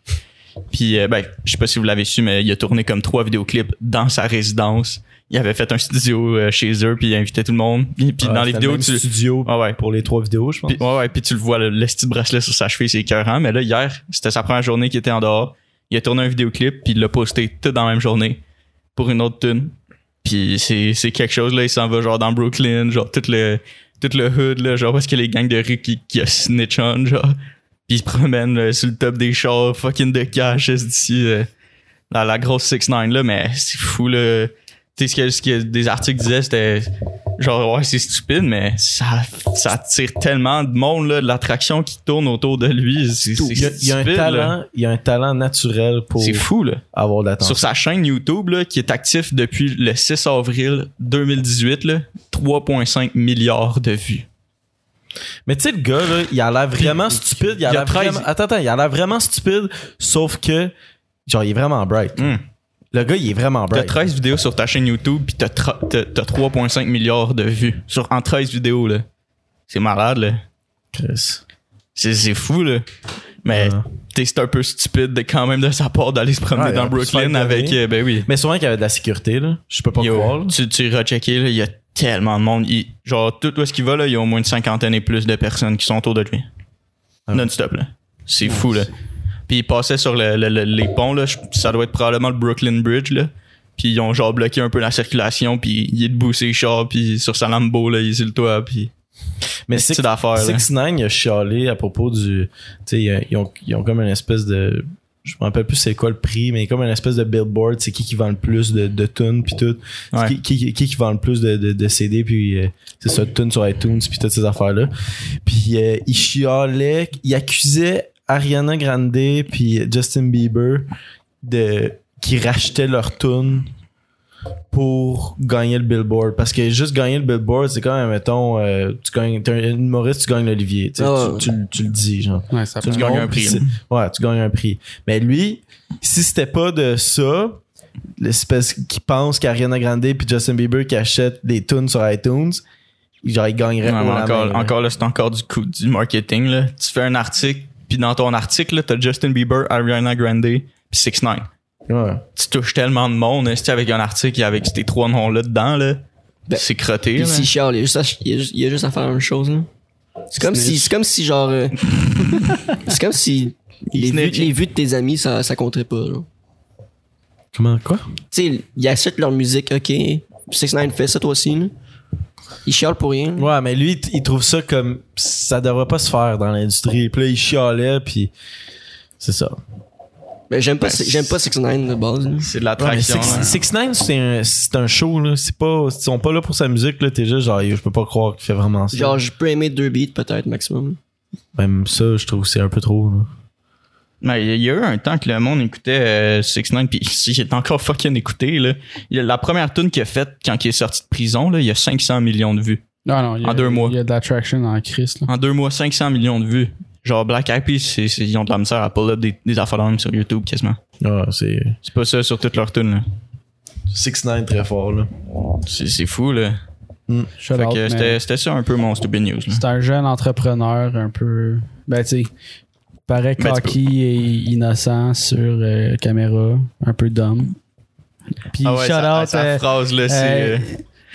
Speaker 3: Puis, euh, ben, je sais pas si vous l'avez su, mais il a tourné comme trois vidéoclips dans sa résidence. Il avait fait un studio euh, chez eux, puis il invitait tout le monde. Puis, puis
Speaker 1: Ouais,
Speaker 3: dans les
Speaker 1: c'était
Speaker 3: vidéos,
Speaker 1: le même
Speaker 3: tu,
Speaker 1: studio
Speaker 3: ah ouais.
Speaker 1: pour les trois vidéos, je pense.
Speaker 3: Puis, ouais, ouais, puis tu le vois, le, le petit bracelet sur sa cheville, c'est écœurant. Mais là, hier, c'était sa première journée qu'il était en dehors. Il a tourné un vidéoclip, puis il l'a posté tout dans la même journée pour une autre tune. Puis c'est c'est quelque chose, là, il s'en va genre dans Brooklyn, genre tout le, tout le hood, là, genre parce que les gangs de rue qui, qui a snitch on, genre. Puis il se promène là, sur le top des chars, fucking de cash, d'ici. la, la grosse 6 9 là, mais c'est fou, là. Tu sais, ce que, ce que des articles disaient, c'était genre, ouais, c'est stupide, mais ça, ça attire tellement de monde, là, de l'attraction qui tourne autour de lui. C'est c'est
Speaker 1: Il y a, il y a un
Speaker 3: stupide, là.
Speaker 1: talent, il y a un talent naturel pour
Speaker 3: C'est fou, là
Speaker 1: avoir de l'attention.
Speaker 3: sur sa chaîne YouTube là, qui est actif depuis le 6 avril 2018, là, 3,5 milliards de vues.
Speaker 1: Mais tu sais, le gars, là, il a l'air vraiment stupide. Il a
Speaker 3: il a
Speaker 1: l'air
Speaker 3: 13.
Speaker 1: vraiment... Attends, attends, il a l'air vraiment stupide, sauf que, genre, il est vraiment bright.
Speaker 3: Hmm.
Speaker 1: Le gars, il est vraiment
Speaker 3: T'as
Speaker 1: bright.
Speaker 3: 13 vidéos sur ta chaîne YouTube puis t'as tra- t'as t'as 3,5 milliards de vues sur, en 13 vidéos. là. C'est malade, là.
Speaker 1: Chris.
Speaker 3: C'est c'est fou, là. Mais
Speaker 1: Ouais.
Speaker 3: t'es- c'est un peu stupide de, quand même de sa part d'aller se promener
Speaker 1: Ouais,
Speaker 3: dans
Speaker 1: on peut se faire
Speaker 3: Brooklyn avec...
Speaker 1: gagner.
Speaker 3: euh, ben oui.
Speaker 1: Mais souvent qu'il y avait de la sécurité, là. Je peux pas
Speaker 3: Yo,
Speaker 1: croire. là.
Speaker 3: tu tu iras checker, là, il y a tellement de monde. Il- genre, tout où est-ce qu'il va, là, il y a au moins une cinquantaine et plus de personnes qui sont autour de lui.
Speaker 1: Ah.
Speaker 3: Non-stop, là. C'est fou, là. Puis ils passaient sur le- le- le- les ponts, là. je- Ça doit être probablement le Brooklyn Bridge, là. Puis ils ont genre bloqué un peu la circulation, puis il est debout ses chars, puis sur sa Lambo, là, il est sur le toit, puis...
Speaker 1: Mais
Speaker 3: c'est
Speaker 1: c'est
Speaker 3: d'affaires, là.
Speaker 1: 6 9 il a chialé à propos du. Tu sais, ils- ils ont, ils ont comme une espèce de. Je me rappelle plus c'est quoi le prix, mais comme une espèce de billboard, c'est qui qui vend le plus de, de tunes puis tout. C'est
Speaker 3: Ouais.
Speaker 1: Qui, qui, qui qui vend le plus de, de, de CD puis euh, c'est ça, de tunes sur iTunes puis toutes ces affaires là. Puis euh, il chialait, il accusait Ariana Grande puis Justin Bieber de qui rachetaient leurs tunes pour gagner le billboard. Parce que juste gagner le billboard, c'est quand même, mettons, euh, tu gagnes, t'es un humoriste, tu gagnes l'Olivier. Tu, sais,
Speaker 2: Ah ouais.
Speaker 1: tu, tu- tu le dis, genre.
Speaker 4: Ouais, ça
Speaker 1: Tu
Speaker 3: Tu
Speaker 1: le
Speaker 3: gagnes
Speaker 1: montres,
Speaker 3: un prix, hein.
Speaker 1: puis c'est- Ouais, tu gagnes un prix. Mais lui, si c'était pas de ça, l'espèce qui pense qu'Ariana Grande puis Justin Bieber qui achètent des tunes sur iTunes, genre, il gagnerait
Speaker 3: Ouais,
Speaker 1: haut
Speaker 3: mais
Speaker 1: la
Speaker 3: encore,
Speaker 1: main, là.
Speaker 3: encore là, c'est encore du coup du marketing. Là. Tu fais un article, puis dans ton article, là, t'as Justin Bieber, Ariana Grande, puis 6 9
Speaker 1: Ouais.
Speaker 3: Tu touches tellement de monde, hein, si t'es avec un article et avec ces trois noms-là dedans, là,
Speaker 2: Ben,
Speaker 3: c'est crotté.
Speaker 2: Puis
Speaker 3: là.
Speaker 2: si Charles, il y a juste à, il y a juste- il y a juste à faire une chose, là. C'est comme
Speaker 4: Snitch.
Speaker 2: si, c'est comme si genre,
Speaker 3: <laughs>
Speaker 2: euh, c'est comme si les vues,
Speaker 3: Snitch.
Speaker 2: les vues de tes amis, ça, ça compterait pas, là.
Speaker 1: Comment, quoi?
Speaker 2: Tu sais, ils achètent leur musique, ok. 6 9 fait ça, toi aussi, là. Ils chialent pour rien. là.
Speaker 1: Ouais, mais lui, il t- il trouve ça comme. Ça devrait pas se faire dans l'industrie. Puis là, il chialait, puis. C'est ça.
Speaker 2: Mais j'aime pas,
Speaker 3: Ben,
Speaker 2: j'aime pas 6 9 de base, là.
Speaker 3: C'est de
Speaker 1: Ouais, mais
Speaker 3: l'attraction. hein.
Speaker 1: Six
Speaker 3: là.
Speaker 1: 6 9 c'est un, c'est un show, là. C'est pas, ils sont pas là pour sa musique, là. T'es juste genre, yo, je peux pas croire qu'il fait vraiment ça.
Speaker 2: Genre, je peux aimer deux beats, peut-être, maximum.
Speaker 1: Même ça, je trouve que c'est un peu trop, là.
Speaker 3: Mais il y a eu un temps que le monde écoutait 6 9 puis il est encore fucking écouté. Là. Il y a la première tune qu'il a faite quand il est sorti de prison, là, il y a 500 millions de vues.
Speaker 4: Non, non, il y a-
Speaker 3: En deux mois.
Speaker 4: Il y a de l'attraction en Chris. là.
Speaker 3: En deux mois, 500 millions de vues. Genre Black Eyed Peas, c'est- c'est- ils ont de la misère à pull up des, des affaires de même sur YouTube quasiment.
Speaker 1: Ouais, Ah, c'est.
Speaker 3: C'est pas ça sur toutes leurs tunes. là.
Speaker 1: 6 9 très fort, là.
Speaker 3: C'est c'est fou, là.
Speaker 4: Shout
Speaker 3: Fait
Speaker 4: out,
Speaker 3: que
Speaker 4: mais
Speaker 3: c'était- c'était ça un peu mon stupid news. là.
Speaker 4: C'est un jeune entrepreneur un peu. Ben, tu sais, paraît
Speaker 3: Ben, tu
Speaker 4: cocky et innocent sur euh, caméra, un peu dumb. Puis
Speaker 3: Ah ouais,
Speaker 4: shout
Speaker 3: sa,
Speaker 4: out.
Speaker 3: sa
Speaker 4: euh,
Speaker 3: phrase, là, c'est.
Speaker 4: euh,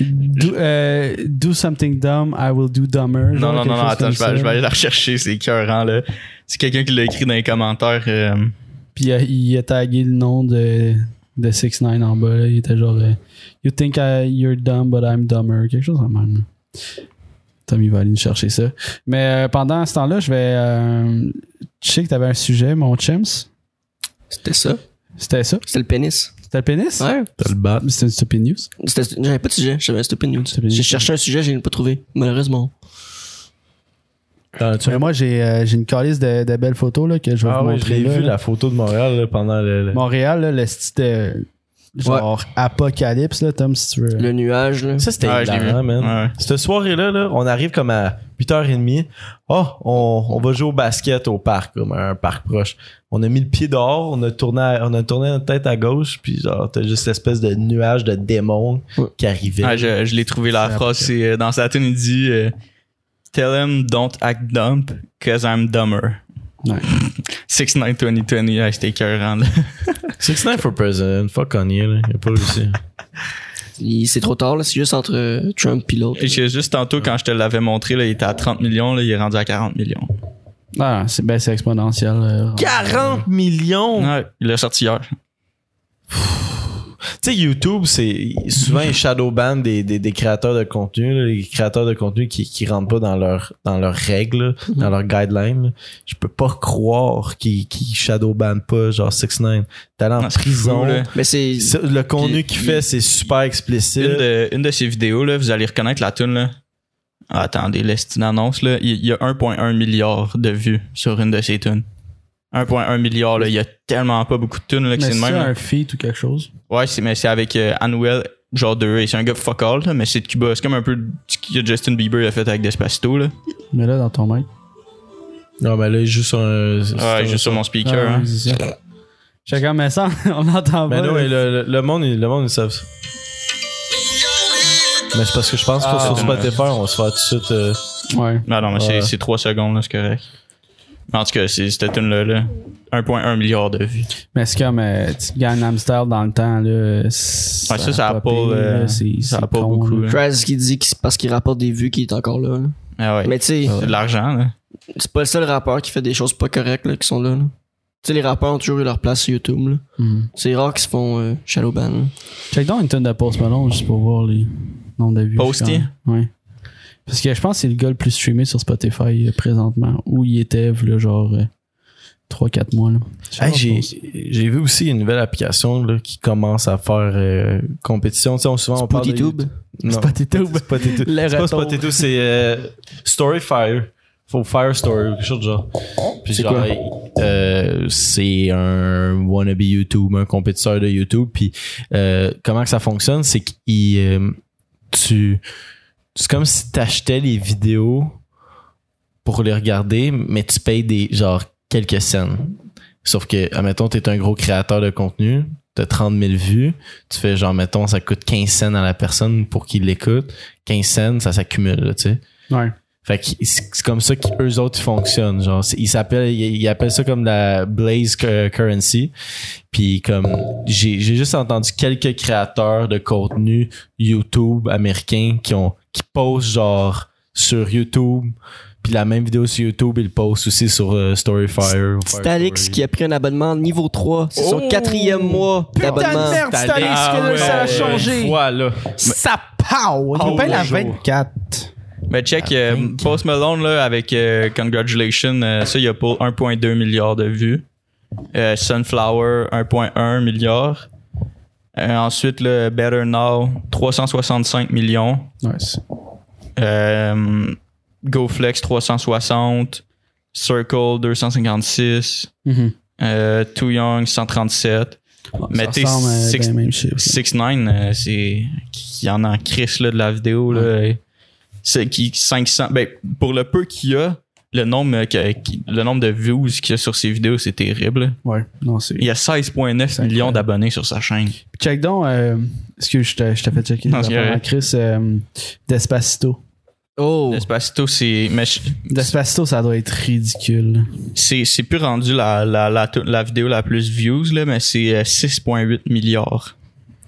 Speaker 3: euh,
Speaker 4: Do, euh, do something dumb, I will do dumber.
Speaker 3: Non,
Speaker 4: genre
Speaker 3: non,
Speaker 4: quelque
Speaker 3: non, non,
Speaker 4: chose
Speaker 3: attends,
Speaker 4: comme
Speaker 3: je vais, je
Speaker 4: ça.
Speaker 3: vais aller la rechercher, c'est écœurant, là. C'est quelqu'un qui l'a écrit dans les commentaires. euh,
Speaker 4: Puis euh, il a tagué le nom de, de 6 9 en bas. là. Il était genre euh, You think I- you're dumb, but I'm dumber. Quelque chose en même. là. Tommy va aller nous chercher ça. Mais euh, pendant ce temps-là, je vais. euh, je sais que t'avais un sujet, mon chimps.
Speaker 2: C'était ça.
Speaker 4: C'était ça
Speaker 2: C'était le pénis.
Speaker 4: C'était le pénis
Speaker 2: Ouais.
Speaker 4: C'était une stupid news.
Speaker 2: C'était- J'avais pas de sujet. J'avais un stupid news.
Speaker 4: Stupid news.
Speaker 2: J'ai cherché un sujet, je l'ai pas trouvé. Malheureusement.
Speaker 1: T'en as-tu-
Speaker 4: Mais moi, j'ai euh, j'ai une calice de, de belles photos là, que je vais
Speaker 1: Ah
Speaker 4: vous
Speaker 1: oui,
Speaker 4: montrer.
Speaker 1: j'ai
Speaker 4: là,
Speaker 1: vu
Speaker 4: là.
Speaker 1: la photo de Montréal là, pendant le. le-
Speaker 4: Montréal, là, le style de. Genre apocalypse, là, Tom, si tu veux.
Speaker 2: Le nuage, là.
Speaker 1: Ça, c'était
Speaker 3: Ouais, je l'ai
Speaker 1: hilarant,
Speaker 3: vu.
Speaker 1: man.
Speaker 3: Ouais.
Speaker 1: Cette soirée-là, là, on arrive comme à 8h30. Oh, on, on va jouer au basket au parc, comme à un parc proche. On a mis le pied dehors, on a tourné, à- on a tourné notre tête à gauche, puis genre, t'as juste l'espèce de nuage de démons
Speaker 2: Ouais.
Speaker 1: qui arrivait.
Speaker 3: Ah, je je l'ai trouvé la
Speaker 4: C'est
Speaker 3: phrase, c'est euh, dans sa tune, il dit euh, Tell him don't act dumb, cause I'm dumber. <laughs>
Speaker 4: Ouais.
Speaker 3: 6 9 2020, ah, c'était écœurant,
Speaker 4: <laughs>
Speaker 3: là.
Speaker 1: 69 for president, fuck Kanye, là. Il a pas
Speaker 3: <laughs>
Speaker 1: réussi.
Speaker 2: Il- C'est trop tard, là. C'est juste entre euh, Trump et l'autre.
Speaker 3: Et j'ai juste tantôt, quand je te l'avais montré, là, il était à 30 millions, là, il est rendu à 40 millions.
Speaker 4: Ah, c'est ben, c'est exponentiel. euh. là.
Speaker 1: 40
Speaker 4: Oh.
Speaker 1: millions!
Speaker 3: Ouais, il l'a sorti hier.
Speaker 1: Tu sais, YouTube, c'est souvent ils shadow ban des, des, des créateurs de contenu, là, les créateurs de contenu qui, qui rentrent pas dans leurs dans leurs règles,
Speaker 3: Mhm.
Speaker 1: là, dans leurs guidelines. là. Je peux pas croire qu'ils qu'ils shadow ban pas genre 6 9 T'es allé en
Speaker 3: Ah, c'est
Speaker 1: prison.
Speaker 3: fou, là.
Speaker 2: Mais c'est.
Speaker 1: Ça, le contenu qu'il
Speaker 3: il-
Speaker 1: fait, c'est super explicite.
Speaker 3: Une de, une de ses vidéos, là, vous allez reconnaître la tune là. Ah, Attendez, laisse une annonce, là. Il, il y a 1.1 milliard de vues sur une de ses tunes. 1.1 milliard, là. Il y a tellement pas beaucoup de tunes, là, que
Speaker 4: Mais
Speaker 3: c'est
Speaker 4: c'est
Speaker 3: le même. là.
Speaker 4: un feat ou quelque chose.
Speaker 3: Ouais, c'est, mais c'est avec euh, Anuel, genre 2. Et c'est un gars fuck all, là, mais c'est de Cuba. C'est comme un peu ce que Justin Bieber a fait avec Despacito, là.
Speaker 4: Mais là, dans ton mic.
Speaker 1: Non, mais là, il joue sur un. sur un-
Speaker 3: Ouais, juste sur mon speaker.
Speaker 4: Ah,
Speaker 3: hein.
Speaker 4: J'ai comme mais ça, <laughs> on l'entend
Speaker 1: Mais
Speaker 3: Ben,
Speaker 4: pas.
Speaker 1: non, mais Ben le, le- le monde, il- le monde, ils savent ça. Mais c'est parce que je pense pas
Speaker 4: Ah.
Speaker 1: sur Spotify, on va se faire tout de suite. euh,
Speaker 4: Ouais.
Speaker 3: Non, non, mais
Speaker 1: Ouais.
Speaker 3: c'est, c'est 3 secondes, là, c'est correct. Mais en tout cas, c'est, cette tune-là, là. 1.1 milliard de vues.
Speaker 4: Mais c'est comme euh, tu gagnes Amsterdam dans le temps. Là, ouais, ça,
Speaker 3: Ah, ça, ça a
Speaker 4: popé,
Speaker 3: pas, euh,
Speaker 4: là, c'est-
Speaker 3: Ça
Speaker 4: c'est
Speaker 3: a pas
Speaker 4: con,
Speaker 3: beaucoup,
Speaker 4: là.
Speaker 3: là.
Speaker 2: Kraz qui dit que c'est parce qu'il rapporte des vues qu'il est encore là. là.
Speaker 3: Ah ouais.
Speaker 2: Mais tu sais,
Speaker 3: C'est de l'argent, là.
Speaker 2: c'est pas le seul rappeur qui fait des choses pas correctes là, qui sont là. là. Tu sais, les rappeurs ont toujours eu leur place sur YouTube. là.
Speaker 4: Mhm.
Speaker 2: C'est rare qu'ils se font euh, shallow ban. là.
Speaker 4: Check donc une tonne de Post Malone juste pour voir les nombres de vues.
Speaker 3: Posty?
Speaker 4: Oui. Parce que je pense que c'est le gars le plus streamé sur Spotify euh, présentement. Où il était, là, genre 3-4 mois. Là.
Speaker 1: Hey, j'ai, j'ai vu aussi une nouvelle application là, qui commence à faire euh, compétition. Tu sais, on, souvent, on parle de
Speaker 2: Spootitube.
Speaker 1: Non,
Speaker 4: Spotify.
Speaker 1: c'est pas <laughs> Tito.
Speaker 4: Les
Speaker 1: C'est pas
Speaker 4: retours.
Speaker 1: Spotato, c'est euh, Storyfire. Faut Fire Story ou quelque chose de genre. Puis
Speaker 2: C'est
Speaker 1: genre,
Speaker 2: quoi?
Speaker 1: euh, c'est un wannabe YouTube, un compétiteur de YouTube. Puis euh, comment que ça fonctionne, c'est que tu. C'est comme si t'achetais les vidéos pour les regarder, mais tu payes des genre quelques scènes. Sauf que, admettons, t'es un gros créateur de contenu, t'as 30 000 vues, tu fais genre, mettons, ça coûte 15 cents à la personne pour qu'il l'écoute. 15 cents, ça s'accumule, là, tu sais.
Speaker 4: Ouais.
Speaker 1: Fait que c'est c'est comme ça qu'eux autres ils fonctionnent. Genre, c'est- ils s'appellent, ils, ils appellent ça comme la Blaze cu- Currency. Puis comme j'ai j'ai juste entendu quelques créateurs de contenu YouTube américains qui ont qui postent genre sur YouTube. Puis la même vidéo sur YouTube, ils postent aussi sur euh, Storyfire. ou Fire
Speaker 2: C'est Alex
Speaker 1: Story.
Speaker 2: qui a pris un abonnement niveau 3. C'est son
Speaker 1: Oh!
Speaker 2: quatrième mois d'abonnement.
Speaker 1: T'as Alex,
Speaker 3: que là, ça a changé.
Speaker 1: Voilà.
Speaker 4: Ça pow!
Speaker 1: Oh,
Speaker 4: Il paye la
Speaker 1: bonjour.
Speaker 4: 24.
Speaker 3: Mais check, euh, Post Malone, là, avec euh, Congratulations, euh, ça, il y a pour 1.2 milliard de vues. Euh, Sunflower, 1.1 milliard. Euh, ensuite, le Better Now, 365 millions.
Speaker 4: Nice.
Speaker 3: Euh, GoFlex, 360. Circle, 256.
Speaker 4: Mhm.
Speaker 3: Euh, Too Young, 137. Mais t'es six- 6ix9ine, euh, c'est il y en a en crise là, de la vidéo là. C'est qui 500 ben pour le peu qu'il y a le nombre euh, que- qui- le nombre de views qu'il y a sur ses vidéos, c'est terrible.
Speaker 4: Ouais, non, c'est.
Speaker 3: Il y a 16.9
Speaker 4: C'est
Speaker 3: millions
Speaker 4: incroyable.
Speaker 3: d'abonnés sur sa chaîne.
Speaker 4: Check donc, euh, excuse, je t'ai je t'ai fait checker.
Speaker 3: Non,
Speaker 4: les
Speaker 3: c'est
Speaker 4: affaires.
Speaker 3: correct.
Speaker 4: Chris euh, Despacito.
Speaker 2: Oh!
Speaker 3: Despacito c'est mais je-
Speaker 4: Despacito, ça doit être ridicule.
Speaker 3: c'est c'est plus rendu la la, la, la vidéo la plus views là, mais c'est euh, 6.8 milliards.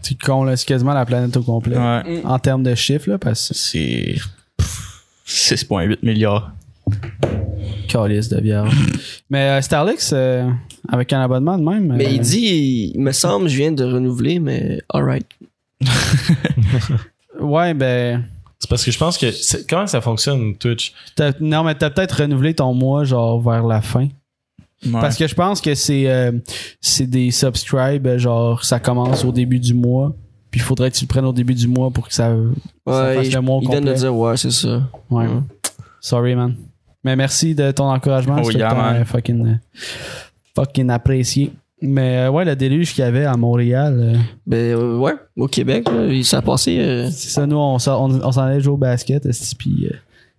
Speaker 4: C'est con, là, c'est quasiment la planète au complet.
Speaker 3: Ouais.
Speaker 4: En termes de chiffres, là, parce que
Speaker 3: C'est pff, 6,8 milliards.
Speaker 4: c'est calice de bière.
Speaker 3: <clears throat>
Speaker 4: mais euh, Starlix, euh, avec un abonnement de même. euh,
Speaker 2: Mais il dit, il me semble, je viens de renouveler, mais alright.
Speaker 4: Ouais, ben.
Speaker 1: C'est parce que je pense que. c'est- Comment ça fonctionne, Twitch
Speaker 4: t'as- non, mais t'as peut-être renouvelé ton mois, genre, vers la fin. Parce que je pense que c'est euh, c'est des subscribes, euh, genre, ça commence au début du mois. Puis il faudrait que tu le prennes au début du mois pour que ça. Ça
Speaker 2: Ouais,
Speaker 4: fasse
Speaker 2: il,
Speaker 4: le mois au
Speaker 2: il vient de
Speaker 4: complet.
Speaker 2: dire, ouais, c'est ça.
Speaker 4: Ouais.
Speaker 3: Mm.
Speaker 2: Ouais.
Speaker 4: Sorry, man. Mais merci de ton encouragement.
Speaker 3: Oh,
Speaker 4: C'était
Speaker 3: yeah,
Speaker 4: ton,
Speaker 3: man.
Speaker 4: euh, fucking, euh, fucking apprécié. Mais euh, ouais, le déluge qu'il y avait à Montréal. euh,
Speaker 2: Ben euh, ouais, au Québec, là, il s'est passé. euh,
Speaker 4: C'est ça, nous, on s'en on, on s'en allait jouer au basket, esti, puis euh,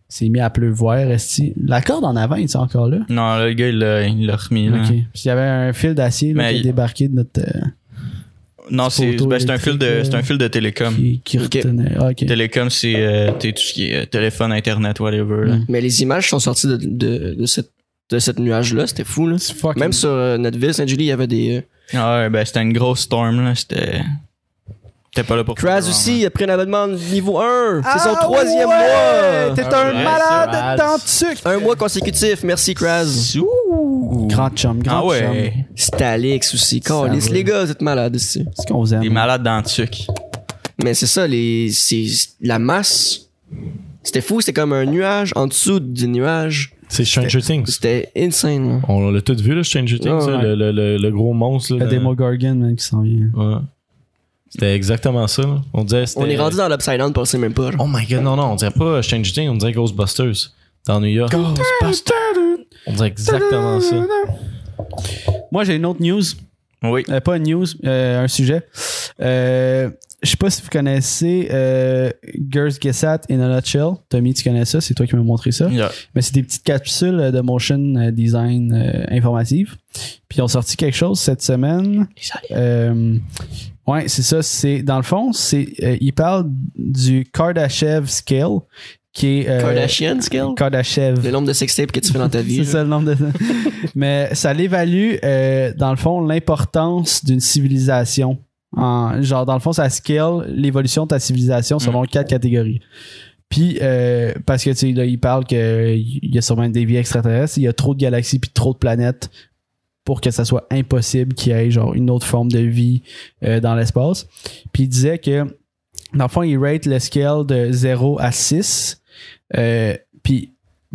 Speaker 4: c'est mis à pleuvoir, esti. La corde en avant, il est encore là?
Speaker 3: Non, là, le gars, il l'a il l'a remis. là.
Speaker 4: OK. Puis il y avait un fil d'acier là,
Speaker 3: Mais
Speaker 4: qui a
Speaker 3: il-
Speaker 4: débarqué de notre... euh,
Speaker 3: Non,
Speaker 4: C'est
Speaker 3: c'est
Speaker 4: photo
Speaker 3: ben, c'est un, fil de-
Speaker 4: électrique,
Speaker 3: c'est un
Speaker 4: là.
Speaker 3: fil de télécom.
Speaker 4: qui, qui
Speaker 2: OK.
Speaker 4: retenait. Ah, OK.
Speaker 3: Télécom, c'est euh, t'es tout ce qui est euh, téléphone, internet, whatever. là.
Speaker 4: Mm.
Speaker 2: Mais les images sont sorties de, de, de cette de cette nuage-là, c'était fou. Là.
Speaker 4: C'est fucking-
Speaker 2: Même sur euh, notre ville, Saint-Julie, il y avait des... euh,
Speaker 3: Ah ouais, ben c'était une grosse storm, là. C'était. T'es pas là pour.
Speaker 2: Kraz aussi, il a pris un abonnement de niveau 1.
Speaker 4: Ah,
Speaker 2: C'est son troisième
Speaker 4: ouais!
Speaker 2: mois.
Speaker 4: T'es
Speaker 1: Ah,
Speaker 4: un
Speaker 1: ouais,
Speaker 4: malade
Speaker 1: c'est
Speaker 4: tant
Speaker 1: vrai.
Speaker 4: sucre!
Speaker 2: Un mois consécutif. Merci, Kraz.
Speaker 3: Ouh!
Speaker 4: Grand chum, grand
Speaker 3: Ah ouais!
Speaker 4: chum.
Speaker 2: C'est Alex aussi. Calisse.
Speaker 4: va.
Speaker 2: Les gars, vous êtes malades aussi.
Speaker 4: C'est ce qu'on vous aime.
Speaker 3: Des malades dans le tuc.
Speaker 2: Mais c'est ça, les, c'est la masse. C'était fou, c'était comme un nuage en dessous du nuage.
Speaker 1: C'est Stranger Things.
Speaker 2: C'était insane. là.
Speaker 1: On l'a tout vu, là, Stranger Things,
Speaker 2: Ouais,
Speaker 1: là,
Speaker 4: ouais.
Speaker 1: le, le- le- le gros monstre.
Speaker 4: Le
Speaker 3: euh.
Speaker 1: Là, dans-
Speaker 4: Demogorgon, man, qui s'en vient.
Speaker 1: Ouais. C'était exactement ça. là. On disait. c'était-
Speaker 2: On est rendu dans l'Upside Down, on le sait même pas. genre.
Speaker 1: Oh my god, non, non, on dirait pas Stranger Things, on dirait Ghostbusters. Dans New York.
Speaker 3: Oh,
Speaker 1: On dirait exactement ça.
Speaker 4: Moi, j'ai une autre news.
Speaker 3: Oui.
Speaker 4: Euh, pas une news, euh, un sujet. Euh, je sais pas si vous connaissez euh, Gers Gessat in a Nutshell. Tommy, tu connais ça, c'est toi qui m'as montré ça.
Speaker 3: Yeah.
Speaker 4: Mais c'est des petites capsules euh, de motion euh, design euh, informative. Puis ils ont sorti quelque chose cette semaine. Euh, ouais, c'est ça. C'est dans le fond, c'est euh, ils parlent du Kardashev scale, qui est euh,
Speaker 2: Kardashian, scale.
Speaker 4: Kardashev.
Speaker 2: Le nombre de sextapes que tu fais dans ta vie.
Speaker 4: C'est ça le nombre de. <laughs> Mais ça l'évalue, euh, dans le fond, l'importance d'une civilisation. En- genre, dans le fond, ça scale l'évolution de ta civilisation selon
Speaker 2: Mm.
Speaker 4: quatre catégories. Puis, euh, parce que, tu sais, là, il parle qu'il y a sûrement des vies extraterrestres, il y a trop de galaxies puis trop de planètes pour que ça soit impossible qu'il y ait, genre, une autre forme de vie euh, dans l'espace. Puis, il disait que, dans le fond, il rate le scale de 0 à 6. Euh, puis,